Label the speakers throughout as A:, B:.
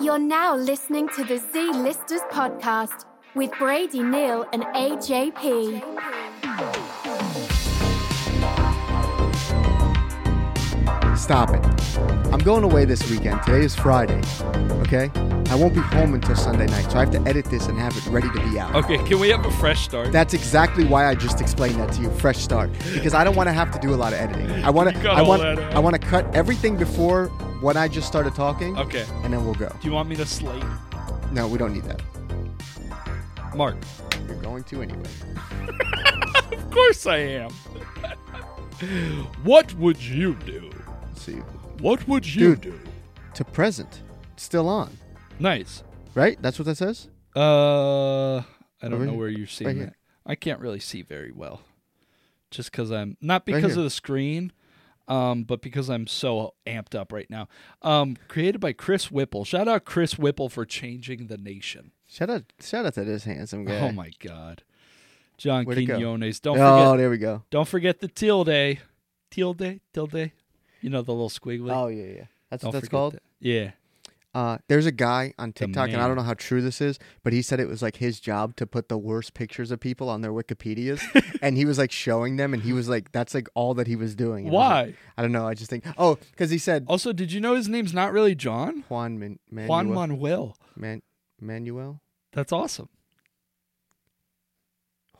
A: You're now listening to the Z Listers podcast with Brady Neal and AJP.
B: Stop it. I'm going away this weekend. Today is Friday. Okay? I won't be home until Sunday night, so I have to edit this and have it ready to be out.
C: Okay, can we have a fresh start?
B: That's exactly why I just explained that to you. Fresh start, because I don't want to have to do a lot of editing. I want
C: You
B: to.
C: got
B: I
C: all
B: want.
C: that out.
B: I want to cut everything before when I just started talking.
C: Okay.
B: And then we'll go.
C: Do you want me to slate?
B: No, we don't need that.
C: Mark.
B: You're going to anyway.
C: Of course I am. what would you do?
B: Let's see,
C: What would you
B: Dude.
C: do?
B: to present, still on,
C: Nice.
B: right? That's what that says.
C: Uh, I don't
B: Over
C: know
B: here.
C: where you're seeing
B: Right here.
C: that. I can't really see very well, just because I'm not
B: Right
C: because
B: here.
C: of the screen, um, but because I'm so amped up right now. Um, created by Chris Whipple. Shout out Chris Whipple for changing the nation.
B: Shout out! Shout out to this handsome guy.
C: Oh my God, John
B: Where'd it go?
C: Quinones.
B: Oh,
C: Don't forget.
B: there we go.
C: Don't forget the tilde. Tilde? Tilde? You know, the little squiggly.
B: Oh yeah, yeah. That's
C: Don't
B: what that's
C: forget
B: called.
C: that. Yeah.
B: Uh, there's a guy on TikTok, and I
C: man.
B: don't know how true this is, but he said it was like his job to put the worst pictures of people on their Wikipedias, and he was like showing them, and he was like, "That's like all that he was doing." And I was like,
C: Why?
B: I don't know. I just think, oh, because he said
C: Also, did you know his name's not really John?
B: Juan Man- Manuel.
C: Juan Manuel.
B: Man- Manuel.
C: That's awesome.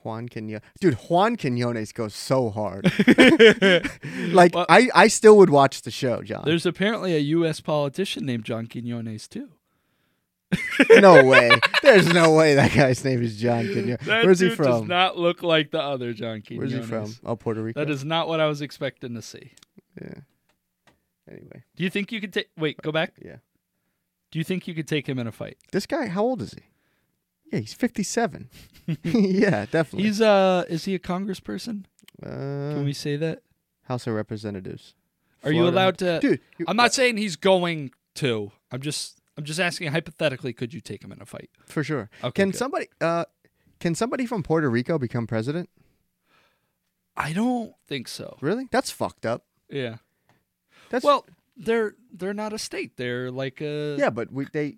B: Juan Quinones. Dude, Juan Quinones goes so hard. Like
C: like,
B: I, I still would watch the show, John.
C: there's apparently a U.S. politician named John Quinones, too.
B: no way. There's no way that guy's name is John Quinones.
C: That
B: Where's he
C: dude does
B: from?
C: not look like the other John
B: Where's
C: Quinones.
B: he from? Oh, Puerto Rico.
C: That is not what I was expecting to see.
B: Yeah. Anyway,
C: Do you think you could take. Wait, go back.
B: yeah.
C: Do you think you could take him in a fight?
B: This guy, how old is he? Yeah, he's 57. yeah, definitely.
C: He's, uh, is he a congressperson?
B: uh,
C: Can we say that?
B: House of Representatives.
C: Are you
B: Florida-
C: allowed to?
B: Dude, you-
C: I'm not saying he's going to. I'm just, I'm just asking hypothetically. Could you take him in a fight?
B: for sure.
C: Okay,
B: can
C: good.
B: somebody uh can somebody from Puerto Rico become president?
C: I don't think so.
B: Really? That's fucked up.
C: Yeah.
B: That's
C: well, they're they're not a state. They're like a
B: Yeah, but we they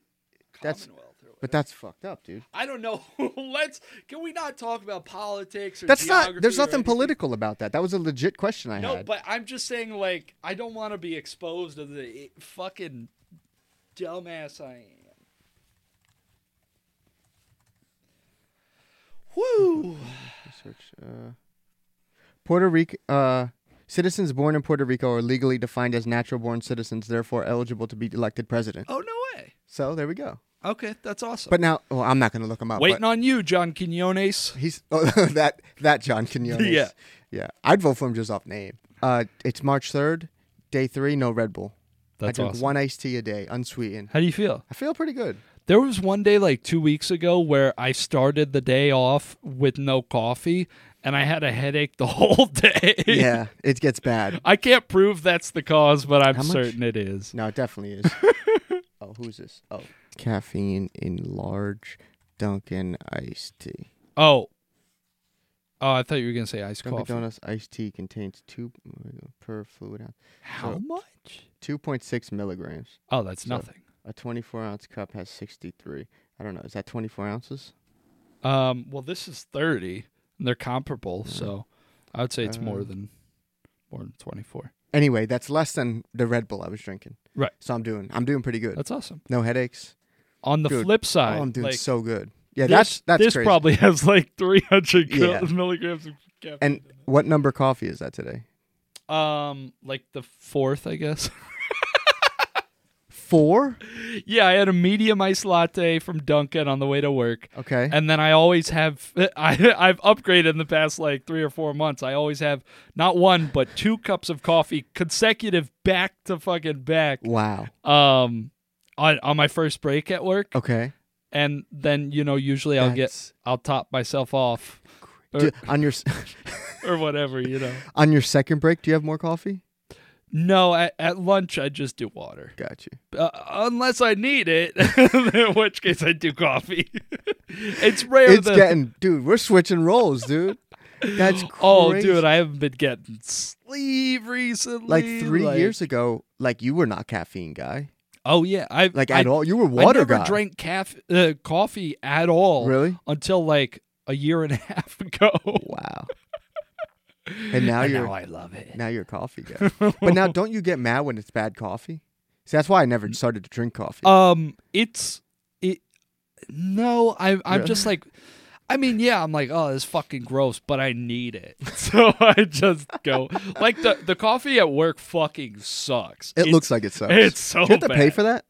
B: that's-
C: commonwealth. or-
B: but that's fucked up, dude.
C: I don't know. Let's can we not talk about politics? Or
B: That's not
C: geography
B: there's
C: or
B: nothing
C: anything?
B: political about that. That was a legit question I
C: No,
B: had.
C: but I'm just saying. Like, I don't want to be exposed to the fucking dumbass I am. Woo.
B: Research, uh, Puerto Rico uh Citizens born in Puerto Rico are legally defined as natural born citizens, therefore eligible to be elected president.
C: Oh no way.
B: So there we go.
C: Okay, that's awesome.
B: But now, well, I'm not going to look him up.
C: Waiting
B: but
C: on you, John Quinones.
B: he's oh, that that John Quinones.
C: Yeah.
B: yeah. I'd vote for him just off name. Uh, it's March third, day three. No Red Bull. I drink one iced tea a day, unsweetened.
C: How do you feel?
B: I feel pretty good.
C: There was one day like two weeks ago where I started the day off with no coffee and I had a headache the whole day.
B: Yeah, it gets bad.
C: I can't prove that's the cause, but I'm
B: How much?
C: certain it is.
B: No, it definitely is. oh, who's this? Oh, caffeine in large Dunkin' iced tea.
C: Oh. Oh, I thought you were going to say iced
B: Dunkin'
C: coffee.
B: Donuts iced tea contains two per fluid ounce,
C: How much?
B: two point six milligrams.
C: Oh, that's
B: So-
C: nothing.
B: A twenty-four ounce cup has sixty-three. I don't know. Is that twenty-four ounces?
C: Um, well, this is 30 and they're comparable, so I would say it's
B: Uh,
C: more than more than 24.
B: Anyway, that's less than the Red Bull I was drinking.
C: Right.
B: So I'm doing I'm doing pretty good.
C: That's awesome.
B: no headaches.
C: On the
B: Dude,
C: flip side,
B: oh, I'm doing
C: like,
B: so good. Yeah,
C: this,
B: that's that's
C: this
B: crazy.
C: probably has like 300 cro-
B: Yeah.
C: milligrams of caffeine.
B: And what number coffee is that today?
C: um, like the fourth, I guess.
B: Four.
C: yeah, I had a medium iced latte from Dunkin' on the way to work,
B: Okay.
C: and then I always have. I I've upgraded in the past like three or four months. I always have not one but two cups of coffee consecutive, back to fucking back.
B: wow.
C: Um. On, on my first break at work,
B: Okay.
C: and then you know usually I'll
B: That's-
C: get I'll top myself off or,
B: Do- on your s-
C: or whatever you know.
B: on your second break, do you have more coffee?
C: No, at, at lunch I just do water,
B: Got you.
C: uh, unless I need it, in which case I do coffee. it's rare.
B: It's
C: that,
B: getting, dude. We're switching roles, dude. That's crazy.
C: oh, dude, I haven't been getting sleep recently.
B: like three years ago, like you were not caffeine guy.
C: Oh yeah, I
B: Like
C: I,
B: at all? You were water
C: I never
B: guy.
C: drank caf- uh, coffee at all.
B: Really?
C: Until like a year and a half ago.
B: Wow. And now
C: And
B: you're
C: now I love it.
B: now you're a coffee guy. but now don't you get mad when it's bad coffee? See, that's why I never started to drink coffee.
C: Um, it's it. No, I I'm
B: Really?
C: just like, I mean, yeah, I'm like, oh, this is fucking gross, but I need it, so I just go like the the coffee at work fucking sucks.
B: it
C: It's-
B: looks like it sucks.
C: it's so
B: you have to pay
C: bad.
B: for that.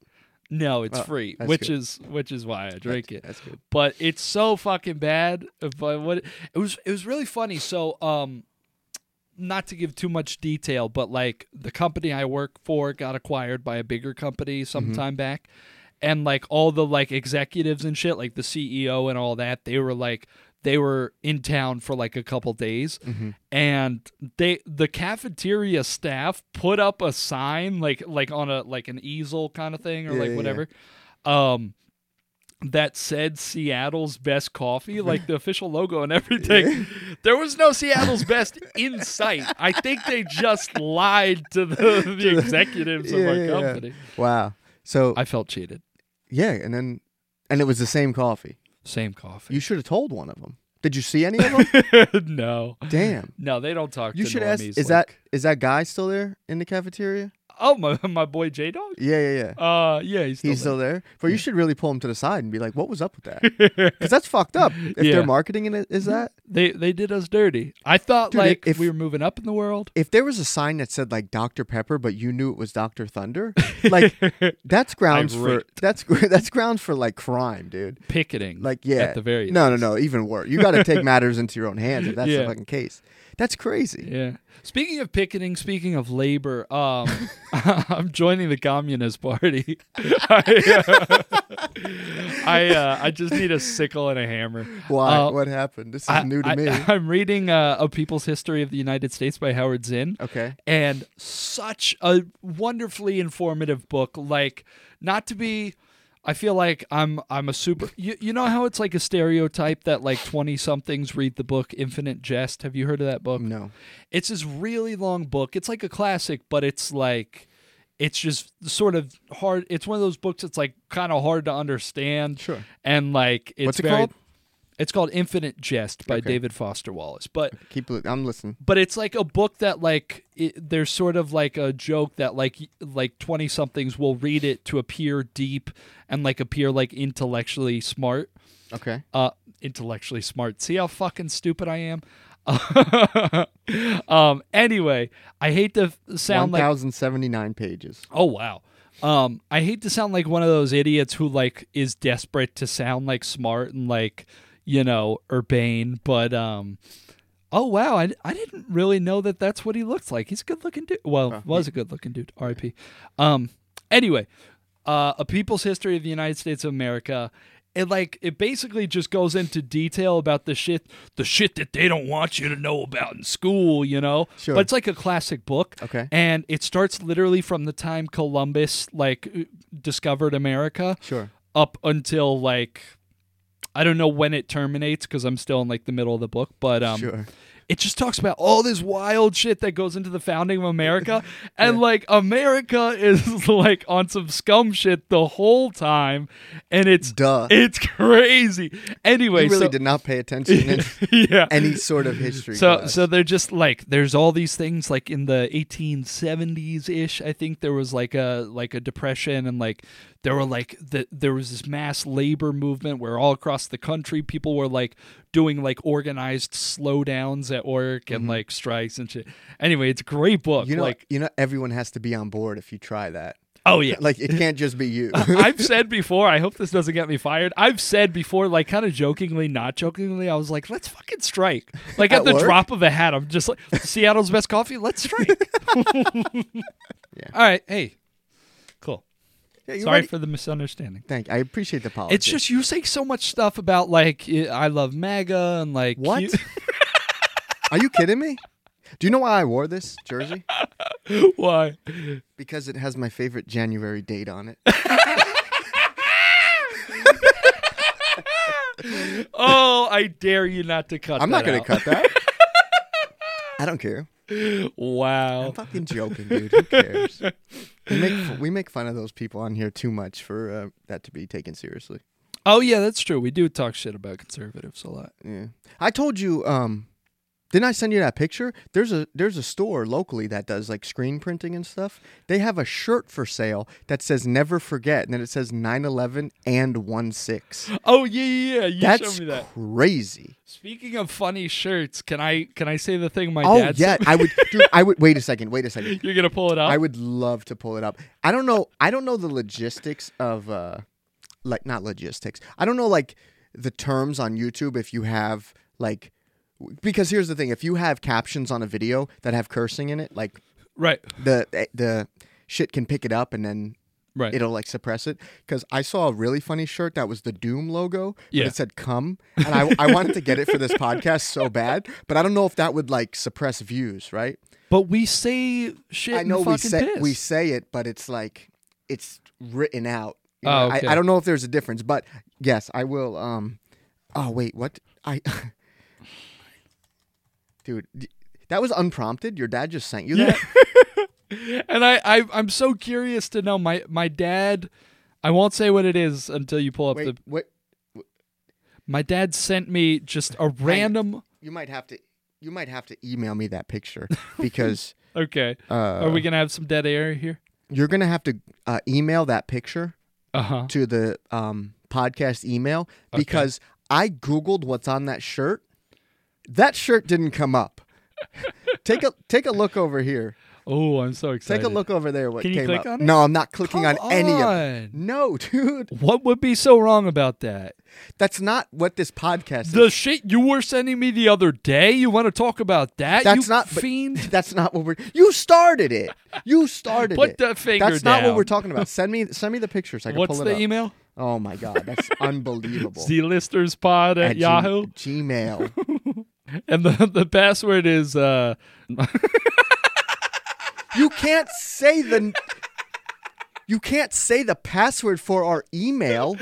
C: no, it's
B: Oh,
C: free,
B: that's
C: which
B: good.
C: is which is why I drink it.
B: That's good.
C: but it's so fucking bad. But what it was, it was really funny. So, um, not to give too much detail, but like the company I work for got acquired by a bigger
B: Mm-hmm.
C: company some time back, and like all the like executives and shit, like the CEO and all that, they were like they were in town for like a couple days
B: Mm-hmm.
C: and they the cafeteria staff put up a sign like like on a like an easel kind of thing or
B: Yeah,
C: like
B: yeah,
C: whatever um that said Seattle's best coffee, like the official logo and everything. There was no Seattle's best in sight. I think they just lied to the, the executives of
B: Yeah,
C: our
B: yeah, yeah.
C: company.
B: Wow. So
C: I felt cheated.
B: yeah, and then and it was the same coffee.
C: Same coffee.
B: You should have told one of them. Did you see any of them?
C: no.
B: Damn.
C: No, they don't talk
B: You
C: to
B: should ask.
C: normies
B: Is
C: like-
B: that is that guy still there in the cafeteria?
C: Oh my my boy J Dog?
B: Yeah, yeah, yeah.
C: Uh yeah, he's still,
B: He's
C: there.
B: still there. But you should really pull him to the side and be like, "What was up with that?" Because that's fucked up. If
C: Yeah. Mm-hmm.
B: they're marketing it, is that?
C: They they did us dirty. I thought
B: Dude,
C: like
B: if-
C: we were moving up in the world.
B: If there was a sign that said like Dr Pepper, but you knew it was Dr Thunder, like that's grounds for
C: Irate.
B: that's that's grounds for like crime, dude.
C: Picketing.
B: Like yeah,
C: At the very
B: no, no, no. Even worse, you got to take matters into your own hands if that's
C: Yeah.
B: the fucking case. That's crazy.
C: Yeah. Speaking of picketing, speaking of labor, um, I'm joining the Communist Party. I, uh, I, uh, I just need a sickle and a hammer.
B: Why?
C: Uh,
B: what happened? This is
C: I-
B: new to
C: I,
B: me.
C: I'm reading uh, A People's History of the United States by Howard Zinn
B: okay.
C: and such a wonderfully informative book like not to be I feel like I'm I'm a super you, you know how it's like a stereotype that like 20 somethings read the book Infinite Jest have you heard of that book
B: No.
C: it's this really long book. It's like a classic, but it's like it's just sort of hard. It's one of those books that's like kind of hard to understand.
B: Sure.
C: And like it's
B: What's it
C: very-
B: called?
C: It's called Infinite Jest by
B: Okay.
C: David Foster Wallace. But
B: Keep. li- I'm listening.
C: but it's like a book that like it, there's sort of like a joke that like y- like 20 somethings will read it to appear deep and like appear like intellectually smart
B: Okay.
C: uh, intellectually smart. See how fucking stupid I am. um. Anyway, I hate to f- sound like
B: 1,079 pages.
C: oh wow. Um. I hate to sound like one of those idiots who like is desperate to sound like smart and like you know urbane, but um. Oh wow! I, I didn't really know that that's what he looked like. He's a good looking dude. Well, was a good looking dude. R.I.P. Um. Anyway, uh, a people's history of the United States of America. It like it basically just goes into detail about the shit, the shit that they don't want you to know about in school, you know.
B: Sure.
C: But it's like a classic book.
B: Okay.
C: And it starts literally from the time Columbus like uh, discovered America
B: Sure.
C: up until like I don't know when it terminates because I'm still in like the middle of the book, but um,
B: Sure.
C: it just talks about all this wild shit that goes into the founding of America. And like America is like on some scum shit the whole time. And it's
B: Duh.
C: it's crazy. Anyway,
B: You really
C: so
B: did not pay attention in
C: yeah.
B: any sort of history.
C: so
B: class.
C: so they're just like there's all these things like in the 1870s ish I think there was like a like a depression and like there were like the, there was this mass labor movement where all across the country people were like doing like organized slowdowns at work and like strikes and shit. Anyway, it's a great book.
B: Mm-hmm. you know,
C: like
B: you know, everyone has to be on board if you try that.
C: oh yeah.
B: Like it can't just be you.
C: I've said before, I hope this doesn't get me fired. I've said before, like kind of jokingly, not jokingly, I was like, let's fucking strike. Like at,
B: At
C: the
B: work?
C: drop of a hat, I'm just like, Seattle's best coffee, let's strike. All right. Hey, cool.
B: Yeah, you
C: Sorry
B: already-
C: for the misunderstanding.
B: Thank. I appreciate the apology.
C: It's just you say so much stuff about like, I I love MAGA and like,
B: What?
C: you-
B: Are you kidding me? Do you know why I wore this jersey?
C: why?
B: Because it has my favorite January date on it.
C: Oh, I dare you not to cut
B: I'm not going
C: that
B: to
C: out.
B: cut that. I don't care.
C: wow. Oh.
B: I'm fucking joking, dude. Who cares? we, make, we make fun of those people on here too much for uh, that to be taken seriously.
C: Oh yeah, that's true. We do talk shit about conservatives a lot.
B: Yeah. I told you, um, didn't I send you that picture? There's a there's a store locally that does like screen printing and stuff. They have a shirt for sale that says "Never Forget" and then it says 9/11 and 1/6.
C: Oh yeah, yeah, yeah. You
B: That's
C: showed me that.
B: crazy.
C: Speaking of funny shirts, can I can I say the thing my
B: Oh
C: dad
B: yeah,
C: sent me?
B: I would. Dude, I would. Wait a second. Wait a second.
C: You're gonna pull it up?
B: I would love to pull it up. I don't know. I don't know the logistics of uh, like not logistics. I don't know like the terms on YouTube if you have like because here's the thing: if you have captions on a video that have cursing in it, like
C: right.
B: the eh, the shit can pick it up and then
C: Right.
B: it'll like suppress it. Because I saw a really funny shirt that was the Doom logo. but
C: Yeah.
B: it said "Come," and I I wanted to get it for this podcast so bad, but I don't know if that would like suppress views, right?
C: But we say shit.
B: I know
C: and
B: we
C: fucking
B: say
C: piss.
B: we say it, but it's like it's written out. You
C: Oh,
B: know,
C: okay.
B: I, I don't know if there's a difference, but yes, I will. Um, oh wait, what I, dude, d- that was unprompted. Your dad just sent you that.
C: and I, I I'm so curious to know my my dad. I won't say what it is until you pull up
B: Wait,
C: the.
B: what?
C: My dad sent me just a random.
B: You might have to. You might have to email me that picture because
C: Okay.
B: uh,
C: Are we gonna have some dead air here?
B: you're gonna have to uh, email that picture
C: Uh huh.
B: to the um, podcast email
C: Okay.
B: because I Googled what's on that shirt. That shirt didn't come up. take a take a look over here.
C: Oh, I'm so excited.
B: Take a look over there. What
C: Can you
B: came
C: click
B: up?
C: on it?
B: No, I'm not clicking
C: Come
B: on, any of it.
C: on.
B: No, dude,
C: What would be so wrong about that?
B: that's not what this podcast
C: The
B: is.
C: shit you were sending me the other day. You want to talk about that?
B: That's
C: you
B: not but
C: fiend.
B: That's not what we're. You started it. You started
C: Put
B: it.
C: that finger
B: That's not what
C: down.
B: we're talking about. Send me send me the picture so I can
C: What's
B: pull
C: the
B: it up.
C: email?
B: Oh my god, that's unbelievable.
C: Zlisterspod at,
B: At G-
C: Yahoo.
B: Gmail.
C: And the, the password is uh
B: You can't say the You can't say the password for our email.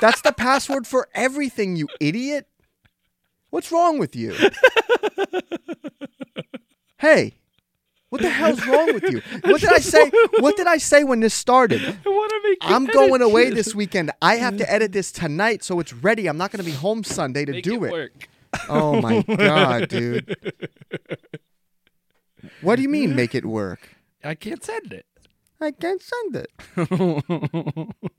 B: That's the password for everything, you idiot. What's wrong with you? Hey, what the hell's wrong with you? What did I say? What did I say when this started?
C: I want to make
B: I'm
C: it
B: going away
C: edit.
B: this weekend. I have to edit this tonight so it's ready. I'm not going to be home Sunday to
C: Make
B: do it.
C: work.
B: Oh my god, dude. What do you mean make it work?
C: I can't send it.
B: I can't send it.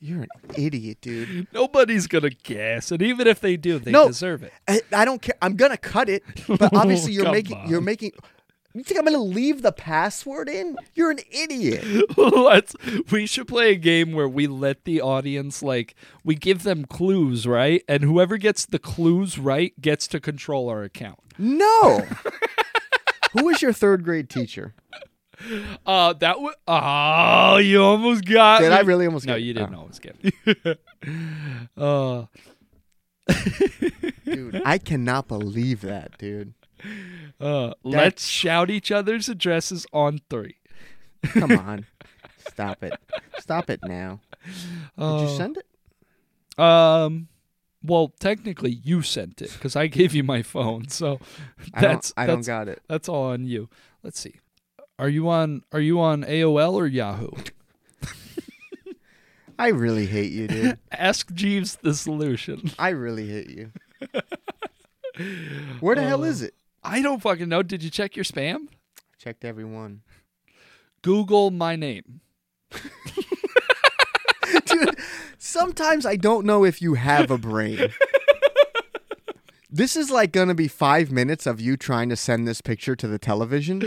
B: You're an idiot, dude.
C: Nobody's gonna guess, and even if they do, they
B: No.
C: deserve it.
B: I, I don't care. I'm gonna cut it, but obviously you're
C: Come
B: making
C: on.
B: you're making. You think I'm gonna leave the password in? You're an idiot.
C: Let's. We should play a game where we let the audience like we give them clues, right? And whoever gets the clues right gets to control our account.
B: No. Who was your third grade teacher?
C: Uh, that would. Oh, you almost got.
B: Did
C: me.
B: I really almost?
C: No,
B: get it?
C: you didn't
B: Oh,
C: almost get. me. uh,
B: dude. I cannot believe that, dude.
C: uh, let's shout each other's addresses on three.
B: Come on, stop it, stop it now. Did you
C: Oh.
B: send it?
C: Um, well, technically, you sent it because I gave you my phone, so
B: I
C: that's
B: don't. I
C: that's,
B: don't got it.
C: that's all on you. Let's see. Are you on Are you on AOL or Yahoo?
B: I really hate you, dude.
C: Ask Jeeves the solution.
B: I really hate you. Where the hell is it?
C: I don't fucking know. Did you check your spam?
B: Checked every one.
C: Google my name.
B: Dude, sometimes I don't know if you have a brain. This is like going to be five minutes of you trying to send this picture to the television.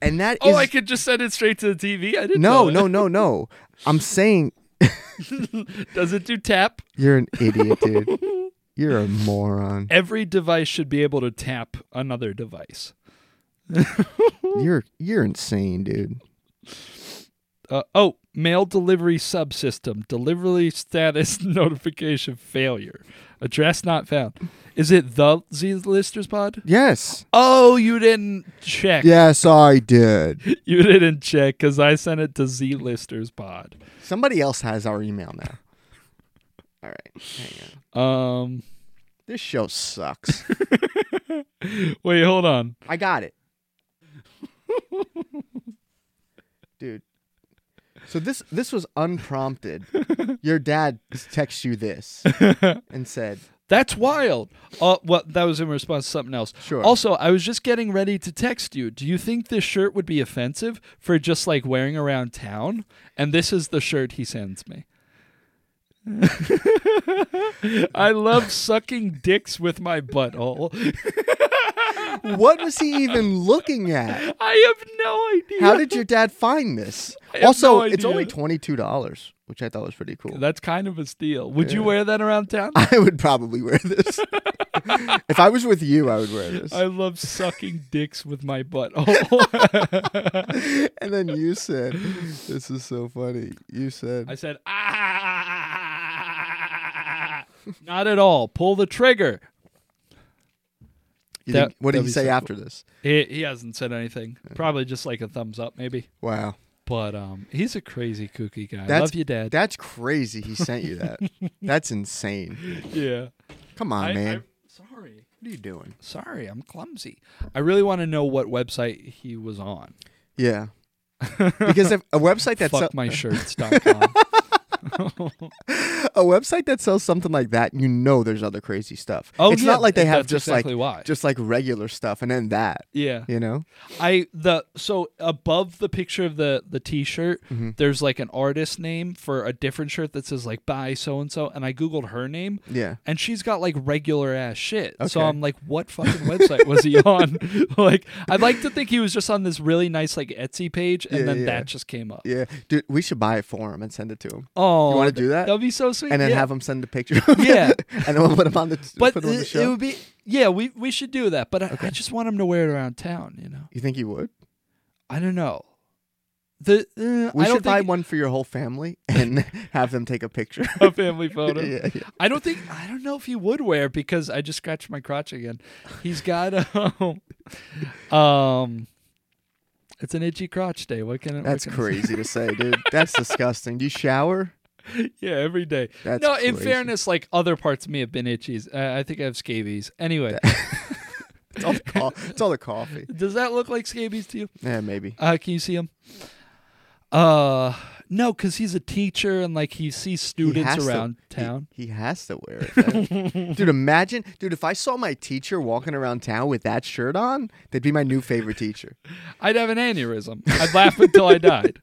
B: And that
C: Oh,
B: is-
C: I could just send it straight to the TV. I didn't.
B: no,
C: know
B: no, no, no. I'm saying
C: no. Does it do tap?
B: you're an idiot, dude. You're a moron.
C: Every device should be able to tap another device.
B: You're you're insane, dude.
C: Uh, oh, mail delivery subsystem. Delivery status notification failure. Address not found. Is it the Z Listers pod?
B: Yes.
C: Oh, you didn't check.
B: Yes, I did.
C: You didn't check because I sent it to Z Listers pod.
B: Somebody else has our email now. All right. Hang on.
C: Um,
B: This show sucks.
C: Wait, hold on.
B: I got it. Dude. So this this was unprompted. Your dad texts you this and said,
C: That's wild. Uh, well, that was in response to something else.
B: Sure.
C: Also, I was just getting ready to text you. Do you think this shirt would be offensive for just like wearing around town? And this is the shirt he sends me. I love sucking dicks with my butthole.
B: "What was he even looking at?
C: I have no idea.
B: How did your dad find this?"
C: have
B: Also,
C: no
B: it's
C: idea.
B: only twenty two dollars, which I thought was pretty cool.
C: That's kind of a steal. Would you wear that around town?
B: I would probably wear this. if I was with you, I would wear this.
C: I love sucking dicks with my butthole.
B: and then you said, "This is so funny." You said,
C: I said, ah, not at all. Pull the trigger.
B: you
C: that-
B: think- "What did
C: that'd
B: you
C: be
B: say
C: so
B: after this?"
C: He, he hasn't said anything. Probably just like a thumbs up, maybe.
B: Wow,
C: But um, he's a crazy kooky guy.
B: that's
C: Love you, Dad.
B: That's crazy. He sent you that. that's insane.
C: yeah.
B: Come on, man.
C: I'm sorry.
B: what are you doing?
C: Sorry, I'm clumsy. I really want to know what website he was on.
B: Yeah, because if a website that sell-
C: Fuckmyshirts.com.
B: a website that sells something like that, you know, there's other crazy stuff.
C: Oh,
B: it's
C: yeah,
B: not like they have
C: that's
B: just
C: exactly
B: like
C: why.
B: just like regular stuff and then that.
C: yeah.
B: You know,
C: I the so above the picture of the the t-shirt,
B: Mm-hmm.
C: there's like an artist name for a different shirt that says like by so and so, and I googled her name.
B: Yeah.
C: and she's got like regular ass shit. So
B: Okay.
C: I'm like, what fucking website was he on? like, I'd like to think he was just on this really nice like Etsy page, and
B: Yeah,
C: then
B: yeah.
C: that just came up.
B: yeah, dude, we should buy it for him and send it to him.
C: Oh,
B: You wanna
C: th-
B: do that?
C: That'd be so sweet.
B: and then
C: yeah.
B: have them send a picture. Of it.
C: Yeah.
B: and then we'll put them on the
C: but
B: put 'em on the
C: it, it
B: show.
C: would be yeah. We we should do that. But I, I just want him to wear it around town. You know,
B: you think you would?
C: I don't know. The uh,
B: We
C: I don't
B: should buy
C: think Oh.
B: one for your whole family and have them take a picture.
C: a family photo.
B: Yeah, yeah.
C: I don't think I don't know if he would wear because I just scratched my crotch again. He's got um, um it's an itchy crotch day. What can I- what
B: That's
C: can I say?
B: crazy to say, dude. That's disgusting. Do you shower?
C: Yeah, every day.
B: That's
C: no, in
B: crazy.
C: fairness, like other parts of me have been itchy. Uh, I think I have scabies. Anyway,
B: It's all the, co- it's all the coffee.
C: does that look like scabies to you?
B: Yeah, maybe.
C: Uh, can you see him? Uh, no, because he's a teacher and like he sees
B: He
C: students
B: has to-
C: around
B: he-
C: town.
B: He, has to wear it. dude, imagine. Dude, if I saw my teacher walking around town with that shirt on, they'd be my new favorite teacher.
C: I'd have an aneurysm. I'd laugh until I died.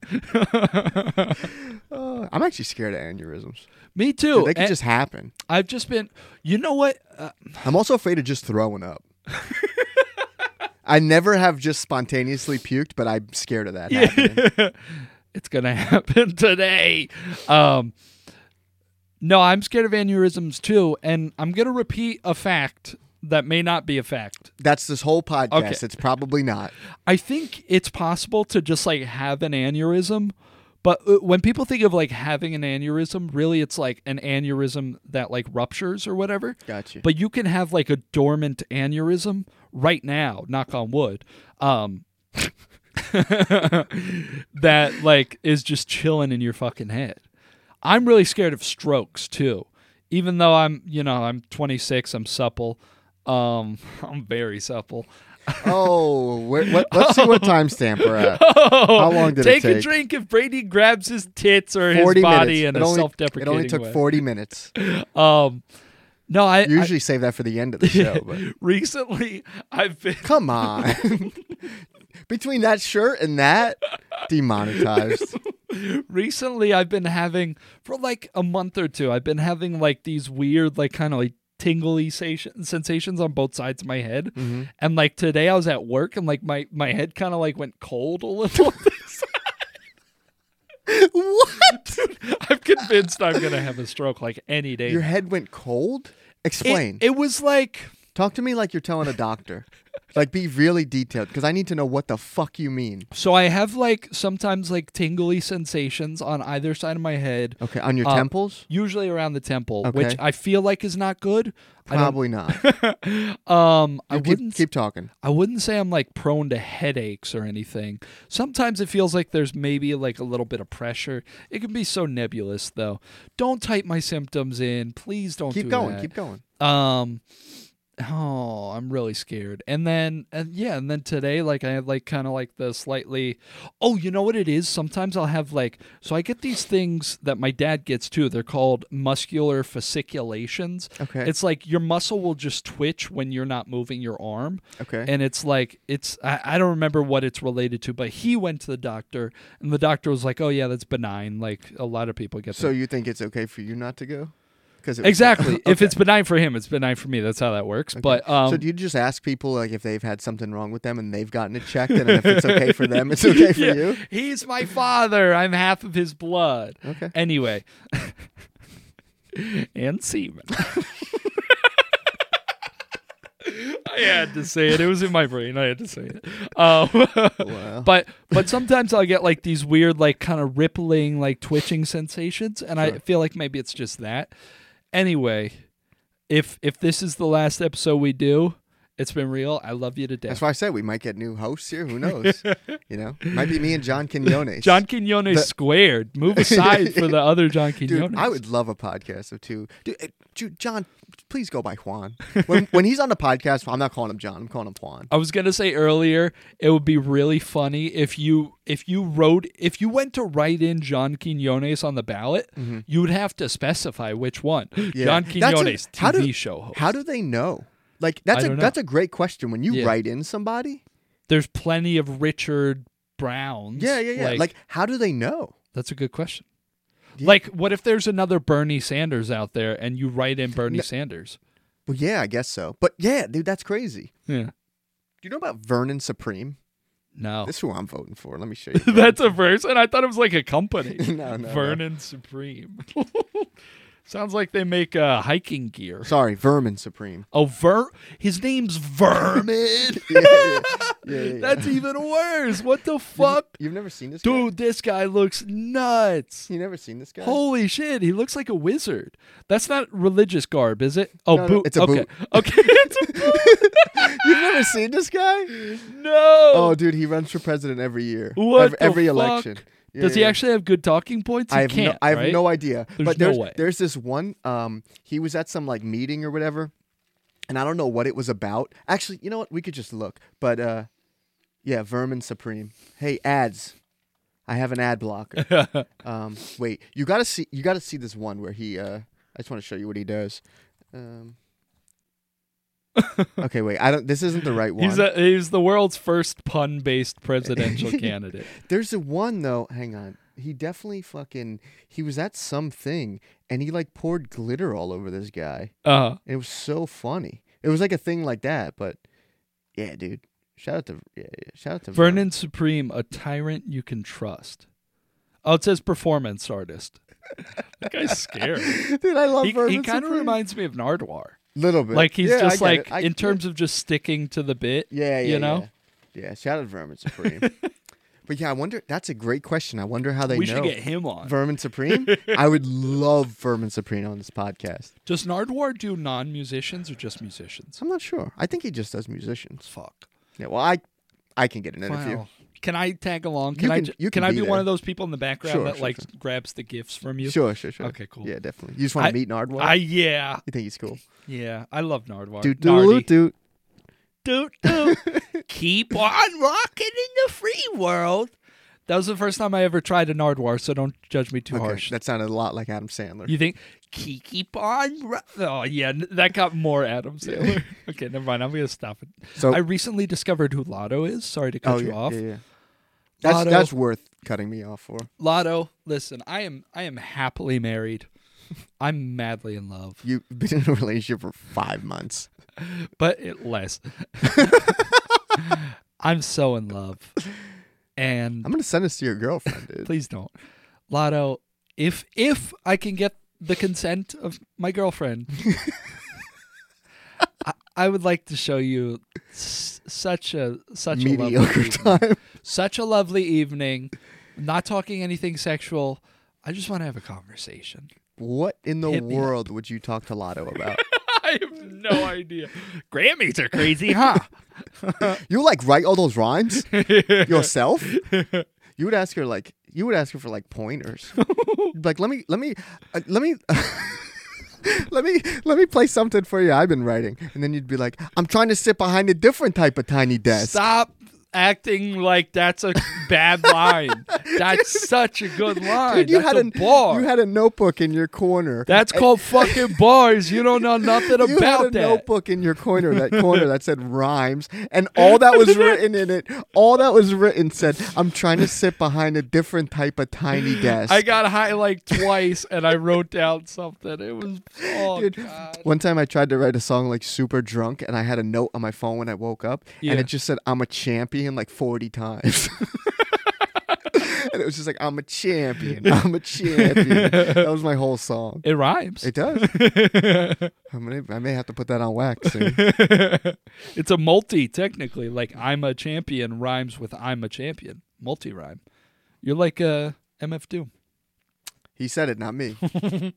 B: Uh, I'm actually scared of aneurysms.
C: Me too.
B: Dude, they could
C: A-
B: just happen.
C: I've just been, you know what? Uh,
B: I'm also afraid of just throwing up. I never have just spontaneously puked, but I'm scared of that happening.
C: it's gonna happen today. Um, no, I'm scared of aneurysms too, and I'm gonna repeat a fact that may not be a fact.
B: That's this whole podcast.
C: Okay.
B: It's probably not.
C: I think it's possible to just like have an aneurysm, but uh, when people think of like having an aneurysm, really it's like an aneurysm that like ruptures or whatever.
B: Gotcha.
C: But you can have like a dormant aneurysm right now, knock on wood. Um that like is just chilling in your fucking head. I'm really scared of strokes too. Even though I'm, you know, I'm 26, I'm supple. Um I'm very supple.
B: Oh, where, what, let's see what timestamp we're at. How long did
C: Oh, take,
B: it take?
C: a drink if Brady grabs his tits or his
B: 40
C: body
B: minutes.
C: in
B: it
C: a
B: only,
C: self-deprecating
B: It only took
C: way.
B: 40 minutes.
C: Um, no, I,
B: You
C: I
B: usually save that for the end of the show. But
C: recently I've been
B: come on. Between that shirt and that, demonetized.
C: recently I've been having for like a month or two. I've been having like these weird, like kind of like tingly sation- sensations on both sides of my head.
B: Mm-hmm.
C: And like today I was at work and like my my head kind of like went cold a little.
B: what?
C: I'm convinced I'm gonna have a stroke like any day.
B: Your head went cold?
C: it,
B: Explain.
C: it was like.
B: Talk to me like you're telling a doctor. Like, be really detailed because I need to know what the fuck you mean.
C: So I have like sometimes like tingly sensations on either side of my head,
B: Okay, on your
C: Uh,
B: temples?
C: usually around the temple, which
B: Okay.
C: I feel like is not good. I don't-
B: Probably not.
C: Um, I
B: You keep,
C: wouldn't.
B: keep talking.
C: I wouldn't say I'm like prone to headaches or anything. Sometimes it feels like there's maybe like a little bit of pressure. It can be so nebulous though. Don't type my symptoms in. Please don't
B: Keep
C: do
B: going.
C: that.
B: Keep going.
C: Um oh, I'm really scared. And then and yeah, and then today like I had like kind of like the slightly Oh, you know what it is? Sometimes I'll have like so I get these things that my dad gets too. They're called muscular fasciculations.
B: Okay.
C: It's like your muscle will just twitch when you're not moving your arm.
B: Okay.
C: And it's like it's I, I don't remember what it's related to, but he went to the doctor and the doctor was like, "Oh yeah, that's benign. Like a lot of people get that."
B: so you think it's okay for you not to go? Because
C: Exactly. If it's benign for him, it's benign for me. That's how that works. But um,
B: so do you just ask people like if they've had something wrong with them and they've gotten it checked and if it's okay for them, it's okay for
C: Yeah.
B: you?
C: He's my father. I'm half of his blood.
B: Okay.
C: Anyway. and semen. I had to say it. It was in my brain. I had to say it. Um,
B: Wow.
C: but but sometimes I'll get like these weird, like kind of rippling, like twitching sensations, and I feel like maybe it's just that. Anyway, if if this is the last episode we do, it's been real. I love you to death.
B: That's why I said we might get new hosts here. Who knows? you know, might be me and John Quinones.
C: John Quinones squared. Move aside for the other John Quinones.
B: Dude, I would love a podcast of two. Dude, eh, Ju- John, please go by Juan. When, when he's on the podcast, I'm not calling him John. I'm calling him Juan.
C: I was gonna say earlier, it would be really funny if you if you wrote if you went to write in John Quinones on the ballot, you would have to specify which one.
B: Mm-hmm. Yeah.
C: John
B: That's a-
C: Quinones,
B: how
C: TV
B: do-
C: show host.
B: How do they know? Like that's
C: I
B: a
C: don't know.
B: that's a great question. When you
C: Yeah.
B: write in somebody,
C: There's plenty of Richard Browns.
B: yeah, yeah, yeah. Like, how do they know?
C: that's a good question.
B: Yeah.
C: Like, what if there's another Bernie Sanders out there and you write in Bernie
B: No-
C: Sanders?
B: Well, yeah, I guess so. But yeah, dude, that's crazy.
C: Yeah.
B: Do you know about Vernon Supreme?
C: No.
B: This is who I'm voting for. Let me show you.
C: Oh. That's a person. I thought it was like a company.
B: No, no, no.
C: Vernon Supreme. Sounds like they make uh, hiking gear.
B: Sorry, Vermin Supreme.
C: Oh, Ver. His name's Vermin.
B: Yeah, yeah, yeah, yeah.
C: That's even worse. What the fuck,
B: You've never seen this guy?
C: dude? This guy looks nuts.
B: You never seen this guy?
C: Holy shit, he looks like a wizard. That's not religious garb, is it? Oh,
B: No, no,
C: boot.
B: it's a
C: okay.
B: boot.
C: Okay, it's a boot.
B: You've never seen this guy?
C: No.
B: Oh, dude, he runs for president every year.
C: What
B: Ev-
C: the
B: every
C: fuck?
B: election. Yeah,
C: Does he
B: yeah.
C: actually have good talking points? He
B: I have
C: can't,
B: no, I have
C: right?
B: no idea.
C: There's
B: but
C: no
B: there's
C: way.
B: there's this one. Um, he was at some like meeting or whatever, and I don't know what it was about. Actually, you know what? We could just look. But uh, yeah, Vermin Supreme. Hey, ads. I have an ad blocker. um, wait, you gotta see you gotta see this one where he. Uh, I just want to show you what he does. Um, okay, wait. I don't. This isn't the right one.
C: He's a, he's the world's first pun-based presidential candidate.
B: There's a one though. Hang on. He definitely fucking. He was at something, and he like poured glitter all over this guy.
C: Uh,
B: It was so funny. It was like a thing like that. But yeah, dude. Shout out to yeah, yeah, shout out to Vern.
C: Vernon Supreme, a tyrant you can trust. Oh, it says performance artist. That guy's scary.
B: Dude, I love
C: he
B: Vermin.
C: he kind of
B: Supreme.
C: reminds me of Nardwar.
B: little bit.
C: Like he's
B: Yeah, I
C: just
B: get
C: like
B: it. I-
C: in terms of just sticking to the bit.
B: Yeah, yeah,
C: you know.
B: Yeah, yeah shout out Vermin Supreme. but yeah, I wonder. That's a great question. I wonder how they
C: we
B: know
C: should get him on.
B: Vermin Supreme. I would love Vermin Supreme on this podcast.
C: Does Nardwar do non-musicians or just musicians?
B: I'm not sure. I think he just does musicians.
C: Fuck.
B: Yeah, well, I I can get an interview.
C: Wow. Can I tag along?
B: You
C: Can, I
B: can-
C: j-
B: you
C: can
B: can
C: I
B: be
C: be one
B: there.
C: of those people in the background
B: Sure,
C: that
B: sure,
C: like
B: sure.
C: grabs the gifts from you?
B: Sure, sure, sure.
C: Okay, cool.
B: Yeah, definitely. You just want
C: I-
B: to meet Nardwuar?
C: I yeah.
B: you think he's cool?
C: Yeah, I love Nardwar.
B: Doot
C: Nardy.
B: doot doot.
C: doot doot. Keep on rocking in the free world. That was the first time I ever tried a Nardwar, so don't judge me too
B: Okay,
C: harsh.
B: that sounded a lot like Adam Sandler.
C: you think "Ke- keep on? Ro-" Oh yeah, n- that got more Adam Sandler. okay, never mind. I'm gonna stop it.
B: So-
C: I recently discovered who Lotto is. Sorry to cut
B: oh,
C: you
B: yeah,
C: off.
B: yeah, yeah. That's
C: Lotto.
B: that's worth cutting me off for.
C: Lotto, listen, I am I am happily married. I'm madly in love,
B: You've been in a relationship for five months.
C: but it less. I'm so in love, and
B: I'm gonna send this to your girlfriend, dude.
C: Please don't. Lotto, if if I can get the consent of my girlfriend, I, I would like to show you s- such a such a lovely
B: mediocre
C: evening.
B: time.
C: such a lovely evening. Not talking anything sexual. I just want to have a conversation.
B: What in the
C: Hit me up.
B: world would you talk to Lotto about?
C: I have no idea. Grammys are crazy, huh?
B: you like write all those rhymes yourself? You would ask her like you would ask her for like pointers. You'd be like let me let me uh, let me let me let me play something for you I've been writing. And then you'd be like, I'm trying to sit behind a different type of tiny desk.
C: Stop acting like that's a bad line. That's such a good line.
B: Dude, you
C: that's
B: had
C: a bar.
B: you had a notebook in your corner.
C: that's called fucking bars. You don't know nothing
B: you
C: about
B: had a
C: that.
B: notebook in your corner that corner that said rhymes and all that was written in it all that was written said i'm trying to sit behind a different type of tiny desk
C: I got high like twice, and I wrote down something. It was oh
B: Dude,
C: God.
B: one time i tried to write a song like super drunk and i had a note on my phone when i woke up
C: Yeah.
B: and it just said i'm a champion like 40 times and it was just like i'm a champion i'm a champion that was my whole song
C: It rhymes.
B: it does I'm gonna, i may have to put that on wax soon
C: it's a multi technically. Like I'm a champion rhymes with I'm a champion. Multi rhyme. You're like a MF Doom.
B: He said it, not me. I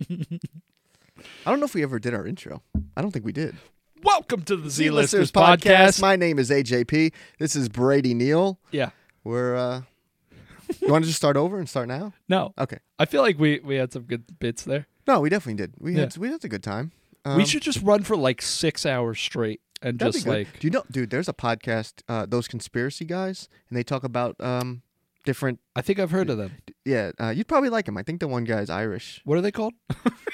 B: don't know if we ever did our intro. I don't think we did.
C: Welcome to the Z Listers podcast.
B: My name is AJP. This is Brady Neal.
C: yeah.
B: We're uh You want to just start over and start now?
C: No.
B: Okay.
C: I feel like we we had some good bits there.
B: No, we definitely did. We had
C: Yeah.
B: we had a good time. Um,
C: we should just run for like six hours straight and
B: that'd be
C: just
B: good.
C: like
B: Do you know dude, there's a podcast uh those conspiracy guys and they talk about um different
C: I think I've heard of them.
B: yeah, uh, you'd probably like him. I think the one guy's Irish.
C: What are they called?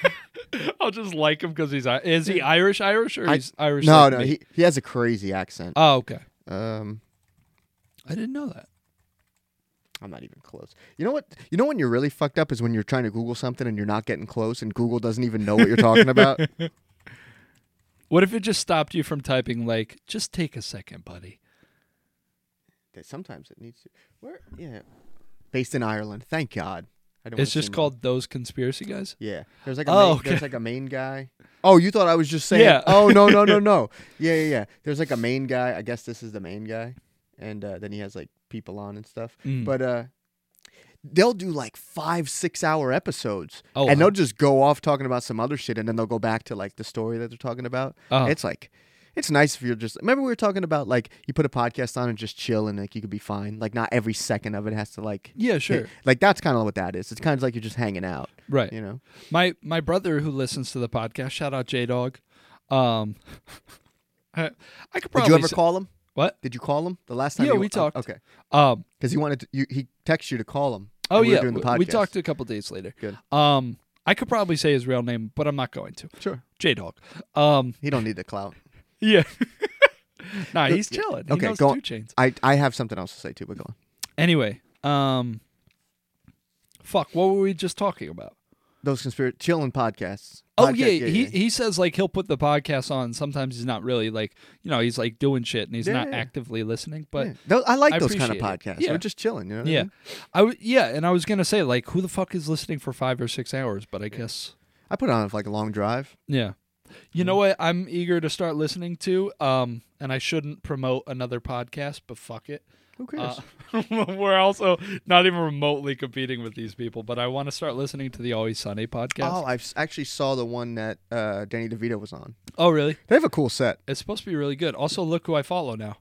C: I'll just like him because he's I- is he Irish Irish or
B: I-
C: he's Irish?
B: No,
C: like
B: no,
C: me?
B: he, he has a crazy accent.
C: Oh, okay.
B: Um
C: I didn't know that.
B: I'm not even close. You know what? You know when you're really fucked up is when you're trying to Google something and you're not getting close, and Google doesn't even know what you're talking about.
C: What if it just stopped you from typing? Like, just take a second, buddy.
B: That Sometimes it needs to. Where? Yeah. Based in Ireland. Thank God. I don't
C: It's
B: wanna
C: just
B: seem-
C: called those conspiracy guys.
B: Yeah. There's like a
C: Oh,
B: main,
C: okay.
B: there's like a main guy. Oh, you thought I was just saying?
C: Yeah.
B: Oh no no no no. Yeah yeah yeah. There's like a main guy. I guess this is the main guy, and uh, then he has like people on and stuff.
C: Mm.
B: But uh, they'll do like five six hour episodes,
C: Oh,
B: and
C: wow.
B: they'll just go off talking about some other shit, and then they'll go back to like the story that they're talking about.
C: Oh.
B: It's like. It's nice if you're just. Remember, we were talking about like you put a podcast on and just chill, and like you could be fine. Like not every second of it has to like.
C: Yeah, sure.
B: Like that's kind of what that is. It's kind of like you're just hanging out,
C: Right.
B: you know.
C: My my brother who listens to the podcast, shout out J Dog. Um, I, I could probably
B: Did you ever
C: say-
B: call him?
C: what?
B: Did you call him the last time?
C: Yeah,
B: you-
C: we
B: oh,
C: talked.
B: okay,
C: Um,
B: because he wanted to, you, he texted you to call him.
C: oh
B: when we were
C: yeah,
B: doing the
C: w- we
B: podcast.
C: talked a couple days later.
B: Good.
C: Um, I could probably say his real name, but I'm not going to.
B: Sure,
C: J Dog. Um,
B: he don't need the clout.
C: yeah. nah, he's
B: yeah.
C: chilling. He
B: Okay,
C: knows
B: go on.
C: two chains.
B: I I have something else to say too, but go on.
C: Anyway, um, fuck, what were we just talking about?
B: Those conspiracy chilling podcasts.
C: Oh
B: Podcast-
C: yeah, he he says like he'll put the podcast on. Sometimes he's not really like you know he's like doing shit and he's
B: Yeah,
C: not
B: yeah.
C: actively listening. But
B: Yeah. Tho- I like
C: I
B: those kind of
C: appreciate it.
B: podcasts.
C: Yeah.
B: We're just chilling, you know. what I
C: yeah,
B: mean?
C: I w- yeah, and I was gonna say like who the fuck is listening for five or six hours? But I guess
B: I put it on for, like a long drive.
C: yeah. You know
B: Mm-hmm.
C: what I'm eager to start listening to, um, and I shouldn't promote another podcast, but fuck it.
B: Who cares?
C: Uh, we're also not even remotely competing with these people, but I want to start listening to the Always Sunny podcast.
B: Oh, I actually saw the one that uh, Danny DeVito was on.
C: oh really?
B: They have a cool set.
C: It's supposed to be really good. Also, look who I follow now.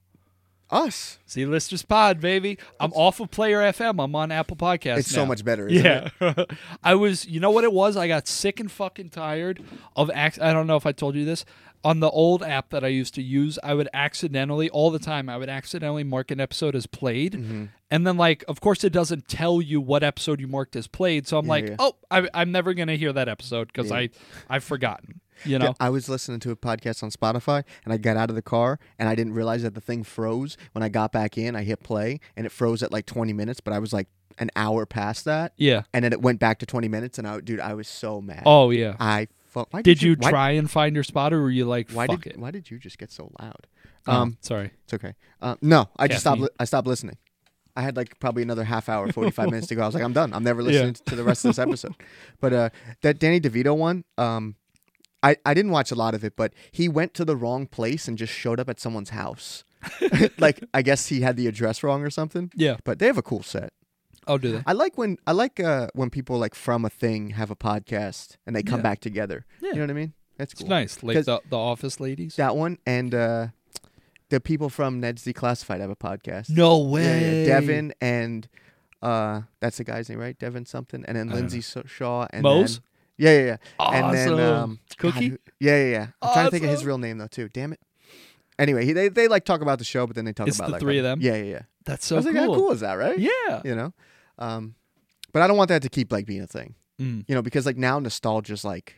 B: Us.
C: Z Listers Pod, baby. I'm off of Player FM. I'm on Apple Podcasts.
B: It's so
C: now.
B: much better. Isn't it?
C: Yeah. I was, you know what it was? I got sick and fucking tired of, ac- I don't know if I told you this. On the old app that I used to use, I would accidentally, all the time, I would accidentally mark an episode as played.
B: Mm-hmm.
C: And then, like, of course, it doesn't tell you what episode you marked as played. So I'm like,
B: yeah.
C: oh, I, I'm never going to hear that episode because I I've forgotten, you know?
B: I was listening to a podcast on Spotify and I got out of the car and I didn't realize that the thing froze. When I got back in, I hit play and it froze at like 20 minutes, but I was like an hour past that.
C: Yeah.
B: And then it went back to 20 minutes and I, dude, I was so mad.
C: Oh, yeah.
B: I fuck. Why
C: Did you
B: why-
C: try and find your spot or were you like,
B: Why
C: fuck
B: did
C: it?
B: why did you just get so loud?
C: Um,
B: Um,
C: sorry.
B: it's okay. Uh, no, I just stopped.
C: Caffeine.
B: Li- I stopped listening. I had like probably another half hour, forty five minutes to go. I was like, I'm done. I'm never listening to the rest of this episode. But uh, that Danny DeVito one, um, I, I didn't watch a lot of it, but he went to the wrong place and just showed up at someone's house. like I guess he had the address wrong or something.
C: Yeah.
B: But they have a cool set.
C: Oh, do they?
B: I like when I like uh, when people like from a thing have a podcast and they come
C: Yeah.
B: back together.
C: Yeah.
B: You know what I mean? That's
C: It's
B: cool.
C: nice. Like
B: 'Cause-
C: the, the office ladies.
B: That one and uh, the people from Ned's Declassified have a podcast.
C: No
B: Yeah,
C: way.
B: yeah. Devin and uh, that's the guy's name, right? Devin something, and then
C: I don't
B: Lindsay So- Shaw and
C: Mose?
B: Then, yeah, yeah, yeah. And
C: Awesome.
B: then um, God,
C: Cookie?
B: who- yeah, yeah, yeah. I'm trying to think of his
C: Awesome.
B: real name though too. Damn it. Anyway, he, they they like talk about the show, but then they talk
C: It's
B: about
C: the
B: like
C: three of
B: other-
C: them?
B: Yeah, yeah, yeah.
C: That's
B: I
C: so
B: was
C: cool.
B: like, how cool is that, right?
C: Yeah.
B: You know, um, but I don't want that to keep like being a thing.
C: Mm.
B: You know, because like now nostalgia's like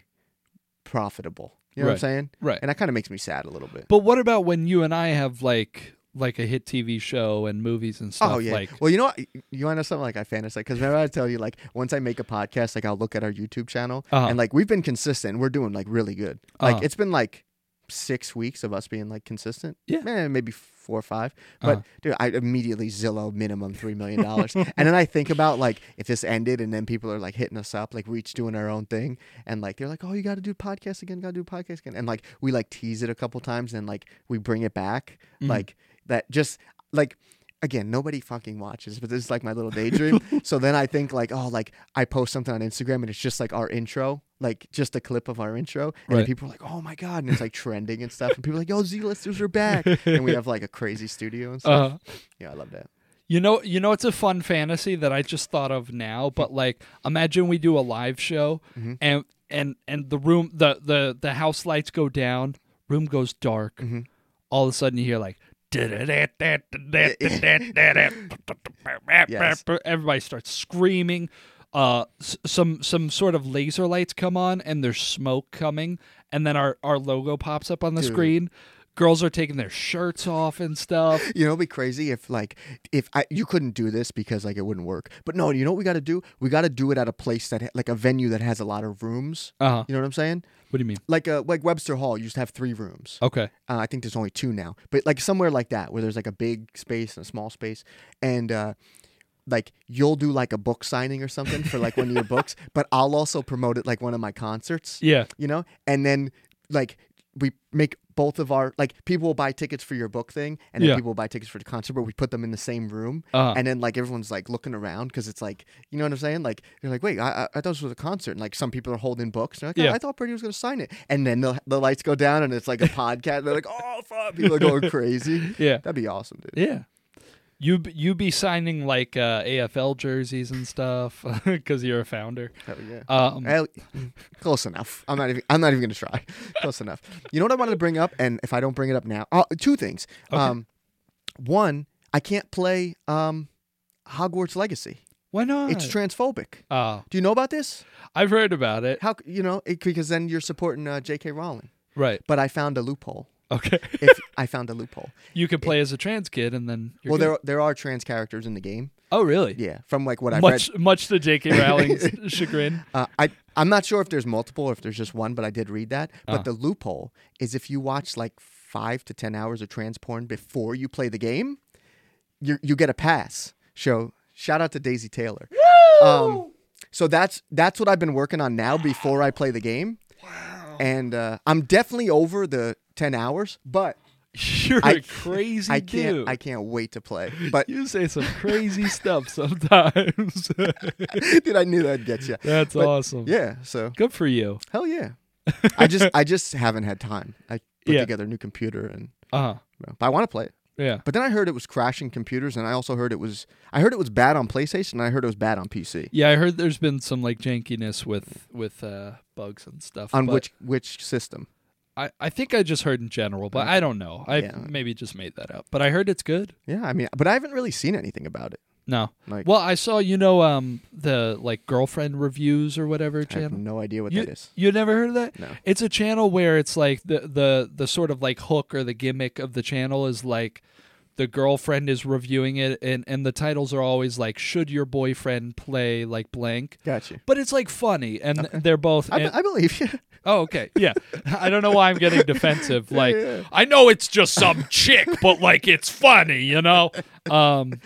B: profitable. You know what I'm
C: Right.
B: saying?
C: Right.
B: And that kind of makes me sad a little bit.
C: But what about when you and I have like like a hit TV show and movies and stuff?
B: Oh yeah.
C: Like,
B: well, you know what? You want to know something like I fantasize because remember I tell you like once I make a podcast, like I'll look at our YouTube channel
C: Uh-huh.
B: and like we've been consistent. We're doing like really good. Like
C: Uh-huh.
B: it's been like six weeks of us being like consistent.
C: Yeah.
B: Eh, maybe four or five. But
C: Uh-huh.
B: dude, I immediately Zillow minimum three million dollars, and then I think about like if this ended and then people are like hitting us up, like we're each doing our own thing, and like they're like, oh, you got to do podcast again, got to do podcast again, and like we like tease it a couple times, and like we bring it back, like that just like again, nobody fucking watches, but this is like my little daydream. so then I think like, oh, like I post something on Instagram and it's just like our intro, like just a clip of our intro. And then
C: Right.
B: people are like, oh my God. And it's like trending and stuff. And people are like, yo, Z-listers are back. and we have like a crazy studio and stuff.
C: uh,
B: Yeah, I love that.
C: you know, you know, it's a fun fantasy that I just thought of now. But like, imagine we do a live show and and and the room, the the the house lights go down, room goes dark. All of a sudden, you hear like. Everybody starts screaming. Uh, s- some some sort of laser lights come on, and there's smoke coming, and then our our logo pops up on the screen. Girls are taking their shirts off and stuff.
B: You know, it'd be crazy if like if I you couldn't do this because like it wouldn't work. But no, you know what we got to do? We got to do it at a place that ha- like a venue that has a lot of rooms.
C: Uh huh.
B: You know what I'm saying?
C: What do you mean?
B: Like uh, like Webster Hall used to have three rooms.
C: Okay.
B: Uh, I think there's only two now, but like somewhere like that where there's like a big space and a small space, and uh, like you'll do like a book signing or something for like one of your books, but I'll also promote it like one of my concerts.
C: Yeah.
B: you know, and then like we make both of our like people will buy tickets for your book thing, and then
C: Yeah.
B: people will buy tickets for the concert, but we put them in the same room,
C: Uh-huh.
B: and then like everyone's like looking around because it's like you know what I'm saying? Like they're like, wait, I, I I thought this was a concert, and like some people are holding books. And they're like, oh,
C: Yeah.
B: I thought Brady was gonna sign it, and then the, the lights go down, and it's like a podcast. They're like, oh fuck, people are going crazy.
C: Yeah.
B: That'd be awesome, dude.
C: Yeah. You b- you be signing like uh, AFL jerseys and stuff because you're a founder.
B: Hell yeah.
C: Um,
B: Well, Mm. Eh, close enough. I'm not even. I'm not even gonna try. Close enough. You know what I wanted to bring up, and if I don't bring it up now, uh, two things. Um, one, I can't play um, Hogwarts Legacy.
C: why not?
B: It's transphobic.
C: Uh,
B: Do you know about this?
C: I've heard about it.
B: How c- you know? It, because then you're supporting uh, J.K. Rowling.
C: Right.
B: But I found a loophole.
C: Okay.
B: If I found a loophole.
C: you could play as a trans kid and then. You're
B: well,
C: good.
B: there there are trans characters in the game.
C: Oh, really?
B: Yeah, from like what I've read.
C: Much much to J.K. Rowling's chagrin.
B: Uh, I I'm not sure if there's multiple or if there's just one, but I did read that. But
C: Uh.
B: the loophole is if you watch like five to ten hours of trans porn before you play the game, you you get a pass. So shout out to Daisy Taylor. Um, so that's that's what I've been working on now before I play the game. Wow. And uh, I'm definitely over the ten hours, but
C: You're
B: I
C: a crazy
B: I can't
C: dude.
B: I can't wait to play. But
C: you say some crazy stuff sometimes.
B: dude, I knew that'd get you.
C: That's awesome.
B: Yeah. So
C: Good for you.
B: hell yeah. I just I just haven't had time. I put
C: Yeah.
B: together a new computer and
C: Uh huh.
B: No, but I want to play it.
C: Yeah.
B: But then I heard it was crashing computers, and I also heard it was I heard it was bad on PlayStation. And I heard it was bad on PC.
C: Yeah, I heard there's been some like jankiness with with uh, bugs and stuff.
B: On
C: but
B: which which system?
C: I, I think I just heard in general, but I don't know. I
B: Oh. Yeah.
C: maybe just made that up. But I heard it's good.
B: Yeah, I mean, but I haven't really seen anything about it.
C: No.
B: Like-
C: well, I saw you know um the like girlfriend reviews or whatever
B: I have
C: channel.
B: no idea what
C: You,
B: that is.
C: you never heard of that?
B: No.
C: It's a channel where it's like the the the sort of like hook or the gimmick of the channel is like the girlfriend is reviewing it and and the titles are always like should your boyfriend play like blank.
B: Gotcha.
C: But it's like funny and they're both
B: I,
C: and-
B: I believe you.
C: Oh, okay. Yeah. I don't know why I'm getting defensive. Like, I know it's just some chick, but like, it's funny, you know? Um,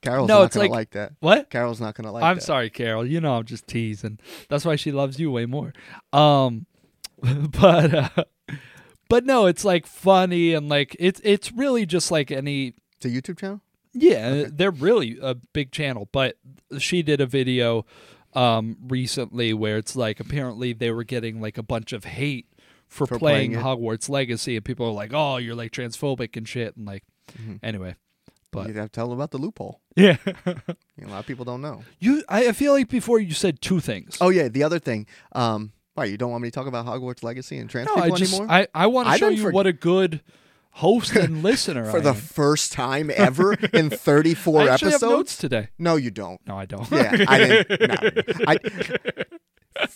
B: Carol's
C: No,
B: not
C: it's
B: gonna
C: like-
B: like, that.
C: what?
B: Carol's not gonna like
C: I'm
B: that.
C: sorry, Carol. You know, I'm just teasing. That's why she loves you way more. Um, but uh, but no, it's like funny and like it's it's really just like any
B: It's a YouTube channel.
C: yeah, they're really a big channel, but she did a video um recently where it's like apparently they were getting like a bunch of hate for,
B: For
C: playing,
B: playing it.
C: Hogwarts Legacy and people are like, "Oh, you're like transphobic and shit." And like
B: Mm-hmm.
C: anyway. But-
B: You'd have to tell them about the loophole.
C: Yeah.
B: You know, a lot of people don't know.
C: you I I feel like before you said two things.
B: Oh yeah, the other thing. Um, why you don't want me to talk about Hogwarts Legacy and trans
C: no,
B: people
C: I just
B: anymore?
C: I I want to
B: I
C: show
B: done
C: you
B: for-
C: what a good host and listener
B: For
C: I
B: the
C: am.
B: first time ever in 34
C: I actually have
B: episodes.
C: notes today.
B: No, you don't.
C: No, I don't.
B: Yeah, I didn't. No, I,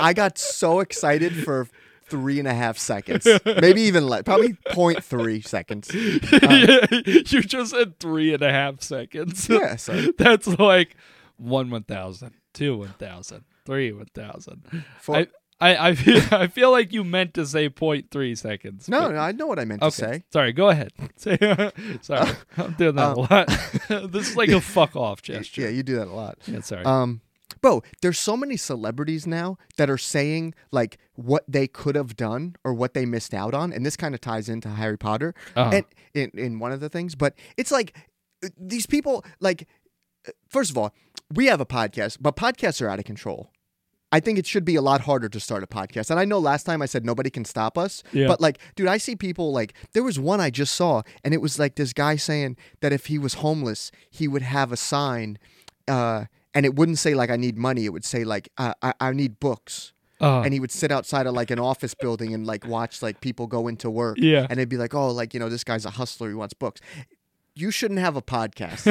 B: I got so excited for three and a half seconds, maybe even less, probably 0.3 seconds. Um,
C: you just said three and a half seconds.
B: Yeah, so
C: That's like one one thousand, two one thousand, three one thousand.
B: Four-
C: I, I I feel I feel like you meant to say point three seconds.
B: no,
C: but-
B: no, I know what I meant
C: Okay.
B: to say. Uh,
C: Sorry. Go ahead. Say- sorry. I'm doing that
B: um,
C: a lot. this is like a fuck off gesture.
B: Yeah, you do that a lot.
C: Yeah, sorry.
B: Um, bro, there's so many celebrities now that are saying like what they could have done or what they missed out on, and this kind of ties into Harry Potter
C: Uh-huh.
B: and in, in one of the things. But it's like uh, these people like. uh, First of all, we have a podcast, but podcasts are out of control. I think it should be a lot harder to start a podcast. And I know last time I said nobody can stop us,
C: Yeah.
B: but like, dude, I see people like there was one I just saw, and it was like this guy saying that if he was homeless, he would have a sign, uh, and it wouldn't say like I need money. It would say like uh, I I need books.
C: Uh,
B: And he would sit outside of like an office building and like watch like people go into work.
C: Yeah.
B: And they'd be like, oh, like, you know, this guy's a hustler. He wants books. You shouldn't have a podcast.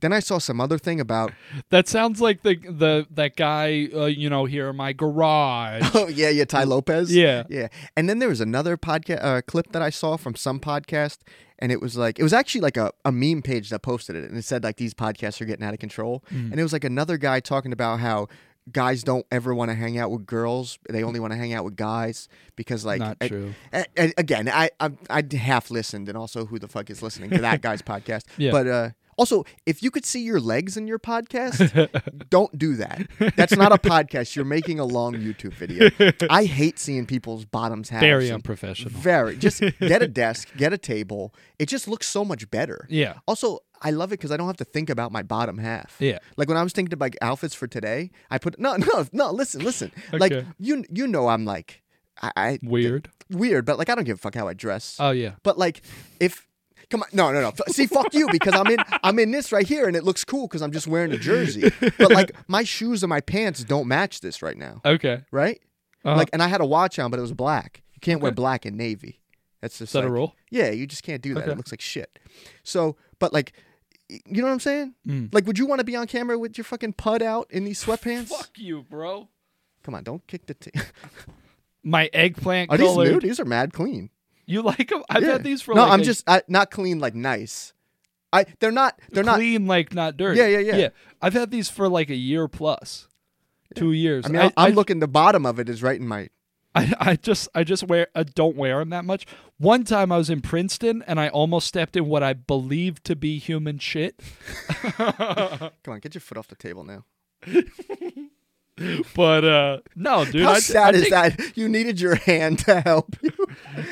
B: then I saw some other thing about,
C: that sounds like the the that guy. Uh, you know, here in my garage.
B: oh, yeah, yeah, Ty Lopez.
C: Yeah.
B: Yeah. And then there was another podcast uh, clip that I saw from some podcast. And it was like, it was actually like a, a meme page that posted it. And it said, like, these podcasts are getting out of control.
C: Mm.
B: And it was like another guy talking about how guys don't ever want to hang out with girls. They only want to hang out with guys because, like, e
C: Not
B: it-
C: true.
B: A- a- again, I, I I half listened, and also who the fuck is listening to that guy's podcast?
C: Yeah.
B: But uh, also, if you could see your legs in your podcast, don't do that. That's not a podcast. You're making a long YouTube video. I hate seeing people's bottoms halves.
C: Very
B: and-
C: unprofessional.
B: Very. Just get a desk, get a table. It just looks so much better.
C: Yeah.
B: Also, I love it because I don't have to think about my bottom half.
C: Yeah.
B: Like when I was thinking about outfits for today, I put no, no, no. Listen, listen. Like
C: Okay.
B: you, you know, I'm like. I, I
C: Weird.
B: weird, but like I don't give a fuck how I dress.
C: Oh yeah.
B: but like if come on, no, no, no. F- See, fuck you because I'm in I'm in this right here and it looks cool because I'm just wearing a jersey. But like my shoes and my pants don't match this right now,
C: Okay.
B: right?
C: Uh-huh.
B: Like, and I had a watch on, but it was black. You can't wear black and navy. That's just
C: Is that a
B: like-
C: rule?
B: Yeah, you just can't do that.
C: Okay.
B: It looks like shit. So, but like. y- You know what I'm saying?
C: Mm.
B: Like, would you want to be on camera with your fucking pud out in these sweatpants?
C: Fuck you, bro.
B: Come on, don't kick the. T-
C: My eggplant
B: are these new?
C: colored.
B: These are mad clean.
C: You like them? I've
B: Yeah.
C: had these for
B: no.
C: like
B: I'm
C: a
B: just I, not clean, like nice. I they're not they're not.
C: clean, like not dirty.
B: Yeah, yeah, yeah.
C: Yeah, I've had these for like a year plus, two years.
B: I mean, I, I, am looking. The bottom of it is right in my.
C: I, I just, I just wear, I don't wear them that much. One time I was in Princeton and I almost stepped in what I believed to be human shit,
B: Come on, get your foot off the table now.
C: but uh no, dude.
B: How
C: I,
B: sad
C: I
B: is
C: think-
B: that? You needed your hand to help you.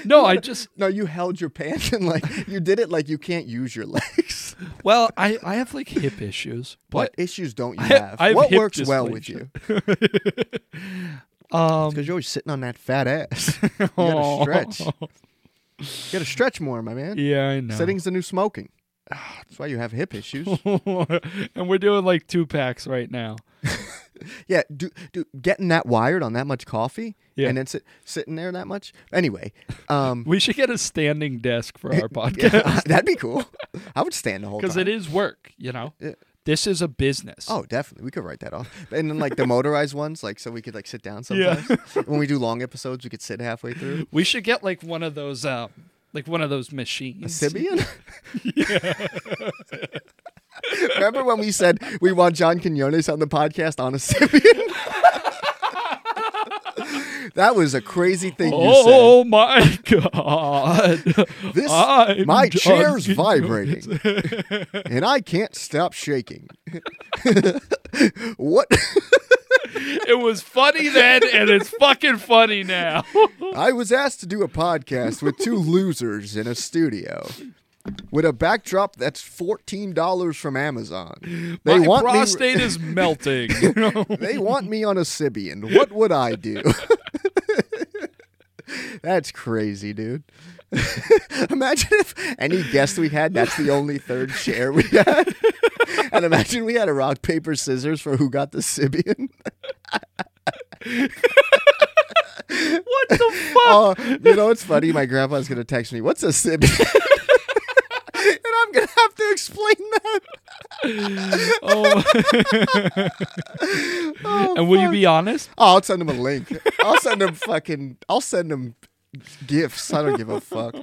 C: No, I just,
B: No, you held your pants and like you did it like you can't use your legs.
C: well, I, I have like hip issues,
B: What
C: but
B: issues don't you
C: I-
B: have?
C: I have
B: what
C: hip
B: works well with you?
C: dysplasia. um,
B: Because you're always sitting on that fat ass. you gotta stretch. You gotta stretch more, my man.
C: yeah, I know.
B: Sitting's the new smoking. Ah, That's why you have hip issues.
C: and we're doing like two packs right now.
B: Yeah, do, do getting that wired on that much coffee
C: Yeah.
B: and then sit, sitting there that much. Anyway, um,
C: We should get a standing desk for our podcast
B: that'd be cool. I would stand the whole
C: because
B: time.
C: it is work, you know.
B: Yeah.
C: This is a business.
B: Oh, definitely. We could write that off. And then like the motorized ones, like so we could like sit down sometimes. when we do long episodes, we could sit halfway through.
C: we should get like one of those, uh, like one of those machines.
B: Sibian? Remember when we said we want John Quinones on the podcast on a Sibian? that was a crazy thing you said.
C: Oh my god!
B: This
C: I'm
B: my
C: John
B: chair's
C: Quinones.
B: vibrating, and I can't stop shaking. what?
C: It was funny then, and it's fucking funny now.
B: I was asked to do a podcast with two losers in a studio with a backdrop that's $14 from Amazon. They
C: My
B: want me
C: prostate is melting. you know?
B: they want me on a Sibian. What would I do? that's crazy, dude. imagine if any guest we had, that's the only third chair we had. and imagine we had a rock, paper, scissors for who got the Sibian.
C: What the fuck?
B: Oh, you know, it's funny. My grandpa's going to text me, What's a Sibian? and I'm going to have to explain that.
C: Oh. and will you be honest?
B: Oh, I'll send him a link. I'll send him fucking. I'll send him gifts. I don't give a fuck.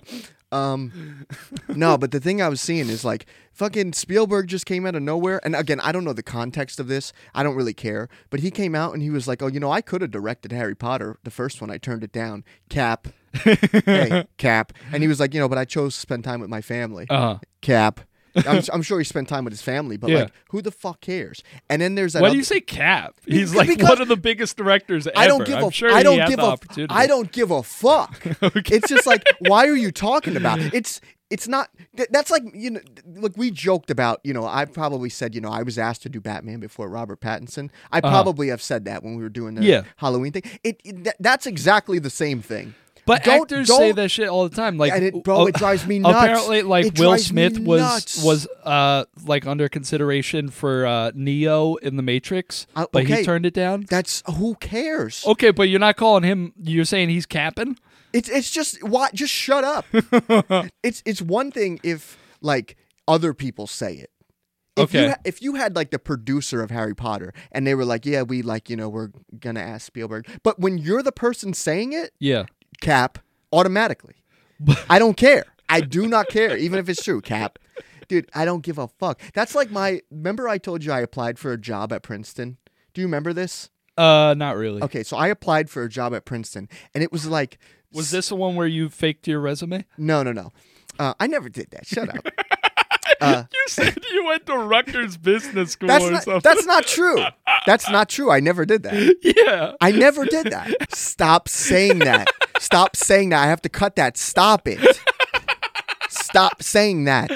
B: Um, no, but the thing I was seeing is like fucking Spielberg just came out of nowhere. And again, I don't know the context of this. I don't really care. But he came out and he was like, "Oh, you know, I could have directed Harry Potter, the first one. I turned it down. Cap, hey, Cap." And he was like, "You know, but I chose to spend time with my family."
C: Uh-huh.
B: Cap. I'm, I'm sure he spent time with his family, but
C: Yeah.
B: like, who the fuck cares? And then there's that.
C: Why
B: other-
C: do you say Cap? He's
B: Because-
C: like
B: because-
C: one of the biggest directors ever.
B: I don't give
C: I'm
B: a.
C: sure
B: I
C: he
B: don't
C: had
B: give
C: the
B: a.
C: opportunity.
B: I don't give a fuck. It's just like, why are you talking about? it? It's it's not. th- That's like you know. th- Look, we joked about you know. I probably said you know I was asked to do Batman before Robert Pattinson. I probably have said that when we were doing the
C: Uh-huh. Yeah.
B: Halloween thing. It, it that- that's exactly the same thing.
C: But
B: Don't-
C: actors
B: don't-
C: say that shit all the time. Like, uh,
B: And it- bro, it drives me nuts.
C: Apparently, like
B: It
C: Will
B: drives me
C: Smith was
B: nuts.
C: was uh like under consideration for uh Neo in the Matrix,
B: Uh,
C: but
B: okay.
C: he turned it down.
B: That's who cares.
C: Okay, but you're not calling him. You're saying he's capping.
B: It's it's just why just shut up. it's it's one thing if like other people say it. If You
C: Okay.
B: ha- if you had like the producer of Harry Potter and they were like, "Yeah, we like you know we're gonna ask Spielberg," but when you're the person saying it,
C: Yeah.
B: Cap, automatically, I don't care. I do not care, even if it's true, Cap. Dude, I don't give a fuck. That's like my. Remember, I told you I applied for a job at Princeton. Do you remember this?
C: Uh, not really.
B: Okay, so I applied for a job at Princeton, and it was like
C: Was this the one where you faked your resume?
B: No, no, no. Uh, I never did that. Shut up.
C: You said you went to Rutgers Business School
B: That's not, that's not true. That's not true. I never did that.
C: yeah.
B: I never did that. Stop saying that. Stop saying that. I have to cut that. Stop it. Stop saying that.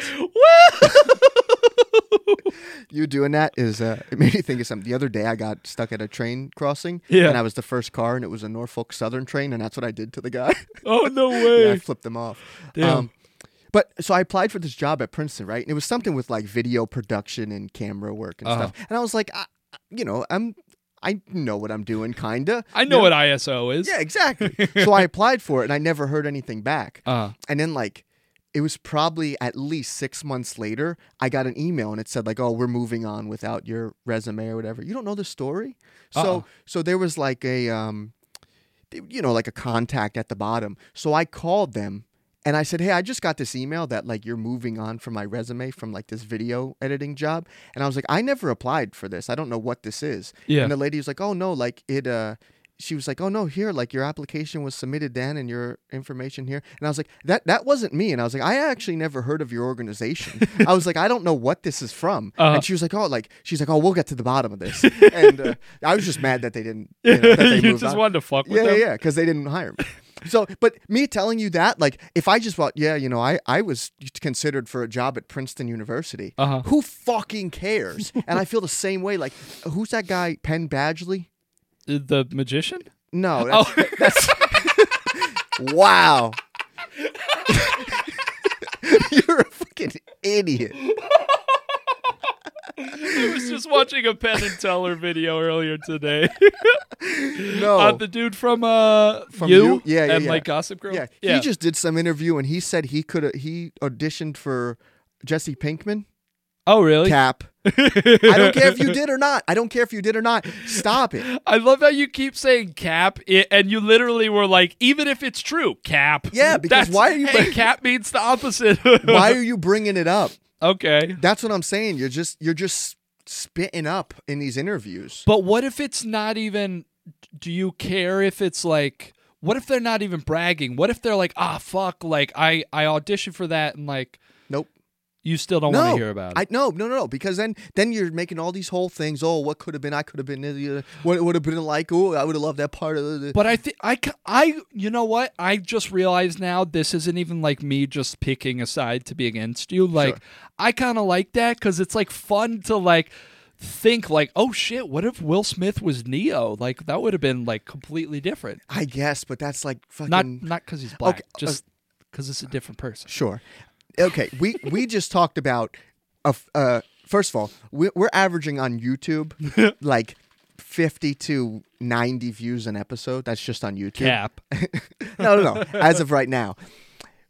B: You doing that is uh, it made me think of something. The other day I got stuck at a train crossing,
C: Yeah.
B: and I was the first car, and it was a Norfolk Southern train, and that's what I did to the guy.
C: oh no
B: yeah,
C: way.
B: I flipped them off. Um,
C: Damn.
B: but so I applied for this job at Princeton, right? And it was something with like video production and camera work and
C: Uh-huh.
B: stuff. And I was like, I, I- you know, I'm, I know what I'm doing, kinda.
C: I know what ISO is.
B: Yeah, exactly. so I applied for it, and I never heard anything back.
C: Uh,
B: And then like it was probably at least six months later, I got an email and it said like, "Oh, we're moving on without your resume or whatever." You don't know the story, so
C: Uh-uh.
B: so there was like a um, th- you know, like a contact at the bottom. So I called them and I said, "Hey, I just got this email that like you're moving on from my resume from like this video editing job." And I was like, "I never applied for this. I don't know what this is."
C: Yeah.
B: And the lady was like, "Oh no, like it uh she was like, "Oh no, here like your application was submitted Dan and your information here." And I was like, "That that wasn't me." And I was like, "I actually never heard of your organization." I was like, "I don't know what this is from."
C: Uh-huh.
B: And she was like, "Oh, like she's like, "Oh, we'll get to the bottom of this." and uh, I was just mad that they didn't you, know, that they
C: you
B: moved
C: just
B: on.
C: wanted to fuck with
B: Yeah,
C: them.
B: yeah, because they didn't hire me. So, but me telling you that, like, if I just thought, yeah, you know, I, I was considered for a job at Princeton University.
C: Uh-huh.
B: Who fucking cares? and I feel the same way. Like, who's that guy, Penn Badgley?
C: The magician?
B: No,
C: Oh.
B: that's, that's wow. You're a fucking idiot.
C: I was just watching a Penn and Teller video earlier today.
B: No,
C: Uh, the dude from uh
B: Oh. From
C: you,
B: You? Yeah, yeah,
C: and
B: yeah.
C: like Gossip Girl.
B: yeah, he just did some interview and he said he could he auditioned for Jesse Pinkman.
C: oh really?
B: Cap. I don't care if you did or not. I don't care if you did or not. Stop it.
C: I love how you keep saying cap, i and you literally were like, even if it's true, cap.
B: Yeah, because
C: That's-
B: why are you-
C: Hey, cap means the opposite.
B: Why are you bringing it up?
C: okay.
B: That's what I'm saying. You're just you're just spitting up in these interviews.
C: But what if it's not even? Do you care if it's like? What if they're not even bragging? What if they're like, ah, fuck, like I I auditioned for that and like
B: Nope.
C: You still don't want to hear about it.
B: I, no, no, no, no, because then then you're making all these whole things. Oh, what could have been? I could have been. uh, What it would have been like? Oh, I would have loved that part of the.
C: But I think I, ca- I, you know what? I just realized now this isn't even like me just picking a side to be against you. Like, I kind of like that because it's like fun to like think like, oh shit, what if Will Smith was Neo? Like that would have been like completely different.
B: I guess, but that's like fucking.
C: Not not because he's black,
B: Okay, uh,
C: just because it's a different person.
B: Sure. Okay. We we just talked about. A, f- uh, first of all, we, we're averaging on YouTube like fifty to ninety views an episode. That's just on YouTube.
C: Cap.
B: no, no, no. As of right now,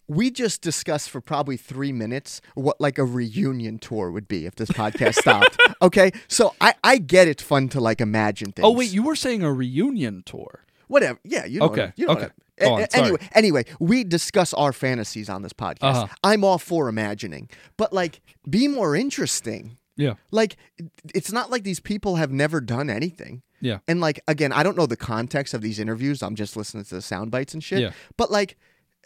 B: we just discussed for probably three minutes what like a reunion tour would be if this podcast stopped. Okay, so I I get it's fun to like imagine things.
C: Oh wait, you were saying a reunion tour.
B: whatever. Yeah, you know.
C: Okay,
B: You know
C: okay.
B: what I-
C: Go on,
B: a-
C: sorry.
B: anyway, anyway, we discuss our fantasies on this podcast.
C: Uh-huh.
B: I'm all for imagining, but like, be more interesting.
C: Yeah.
B: Like, it- it's not like these people have never done anything.
C: Yeah.
B: And like again, I don't know the context of these interviews. I'm just listening to the sound bites and shit.
C: Yeah.
B: But like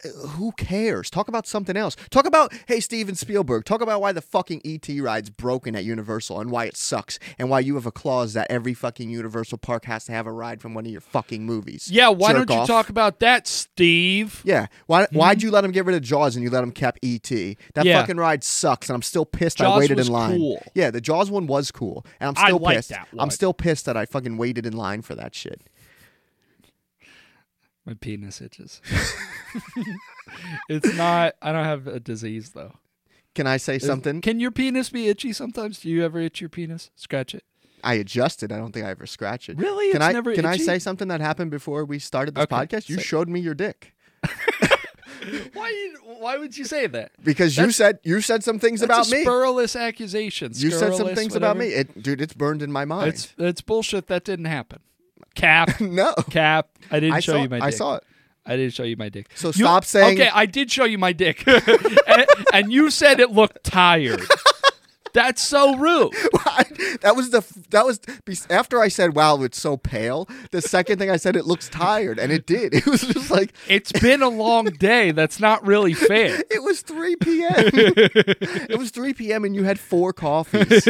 B: uh, who cares? Talk about something else. Talk about hey Steven Spielberg. Talk about why the fucking ET ride's broken at Universal and why it sucks and why you have a clause that every fucking Universal park has to have a ride from one of your fucking movies.
C: Yeah. Why
B: Jerk
C: don't you
B: off.
C: talk about that, Steve?
B: Yeah, why why'd you let him get rid of Jaws and you let him keep ET? That
C: Yeah.
B: fucking ride sucks, and I'm still pissed. I
C: Jaws
B: waited
C: was
B: in line.
C: cool.
B: Yeah, the Jaws one was cool, and I'm
C: I
B: still
C: liked
B: pissed.
C: that one.
B: I'm still pissed that I fucking waited in line for that shit.
C: My penis itches. it's not. I don't have a disease though.
B: Can I say something?
C: Can your penis be itchy sometimes? Do you ever itch your penis? Scratch it.
B: I adjusted. I don't think I ever scratched it.
C: Really?
B: Can
C: It's
B: I
C: never
B: can I
C: itchy?
B: say something that happened before we started this
C: Okay,
B: podcast? You
C: say-
B: showed me your dick
C: Why? you- Why would you say that?
B: because you said you said some things
C: That's
B: about
C: a
B: me.
C: Spurless accusation.
B: You said some
C: scurrilous,
B: things about me,
C: whatever.
B: it, dude. It's burned in my mind.
C: It's it's bullshit. That didn't happen. Cap,
B: no.
C: cap. I didn't
B: I
C: show
B: saw,
C: you my. dick.
B: I saw it.
C: I didn't show you my dick.
B: So
C: You-
B: stop saying-
C: Okay, I did show you my dick, and, and you said it looked tired. That's so rude.
B: that was the f- that was be- after I said, "Wow, it's so pale." The second thing I said, "It looks tired," and it did. It was just like
C: It's been a long day. That's not really fair.
B: it was three p.m. it was three p.m. and you had four coffees.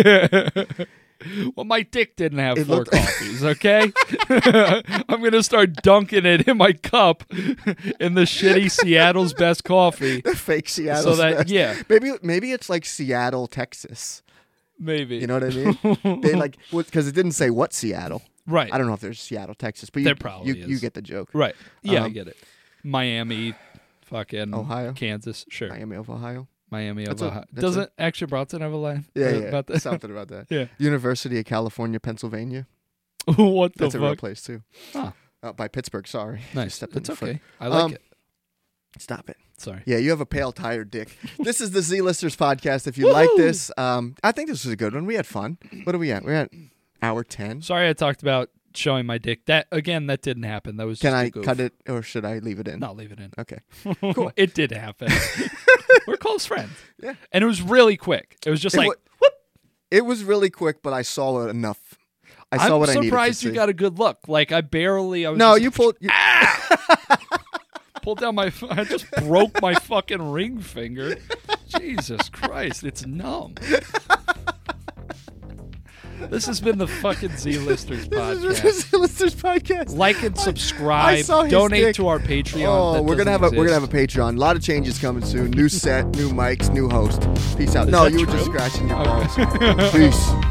C: Well, my dick didn't have
B: It
C: four
B: looked-
C: coffees, okay? I'm going to start dunking it in my cup in the shitty Seattle's best coffee.
B: Fake Seattle.
C: So that-
B: Smash.
C: yeah.
B: maybe maybe it's like Seattle, Texas.
C: Maybe.
B: You know what I mean? they like because it didn't say what Seattle.
C: right.
B: I don't know if there's Seattle, Texas, but you,
C: There probably
B: you, you
C: is.
B: get the joke.
C: Right. Yeah, I
B: Um,
C: get it. Miami, fucking
B: Ohio?
C: Kansas. Sure.
B: Miami of Ohio.
C: Miami,
B: That's a-
C: Ohio.
B: that's a-
C: Doesn't Action Bronson have a line?
B: Yeah,
C: uh,
B: yeah.
C: About that?
B: Something about that.
C: Yeah.
B: University of California, Pennsylvania.
C: what the
B: That's a real
C: fuck?
B: place too.
C: Ah.
B: Uh, by Pittsburgh, sorry.
C: Nice.
B: Stepped on
C: It's
B: your foot.
C: okay. I like
B: Um,
C: it.
B: Stop it.
C: Sorry.
B: Yeah, you have a pale, tired dick. this is the Z Listers podcast. If you like
C: Woohoo!
B: this, um, I think this was a good one. We had fun. What are we at? We're at hour ten.
C: Sorry I talked about showing my dick. That again, that didn't happen. That was
B: Can
C: just a
B: I
C: goof.
B: cut it or should I leave it in?
C: No, leave it in.
B: Okay.
C: Cool. it did happen. We're close friends.
B: Yeah.
C: And it was really quick. It was just
B: It
C: like,
B: wa-
C: whoop.
B: It was really quick, but I saw it enough. I saw
C: am
B: what I needed.
C: surprised
B: to
C: you
B: see.
C: got a good look. Like I barely, I was
B: No,
C: just-
B: you pulled. You,
C: pulled down my, I just broke my fucking ring finger. Jesus Christ, it's numb. this has been the fucking Z
B: this
C: Listers
B: is
C: podcast.
B: the Z Listers podcast.
C: Like and subscribe.
B: saw his
C: Donate
B: dick.
C: to our Patreon.
B: Oh,
C: That
B: we're gonna
C: doesn't
B: have a we're gonna have a
C: exist.
B: Patreon. A lot of changes coming soon. New set, new mics, new host. Peace out. no,
C: that
B: you were
C: true?
B: just scratching your
C: Okay.
B: balls. Peace.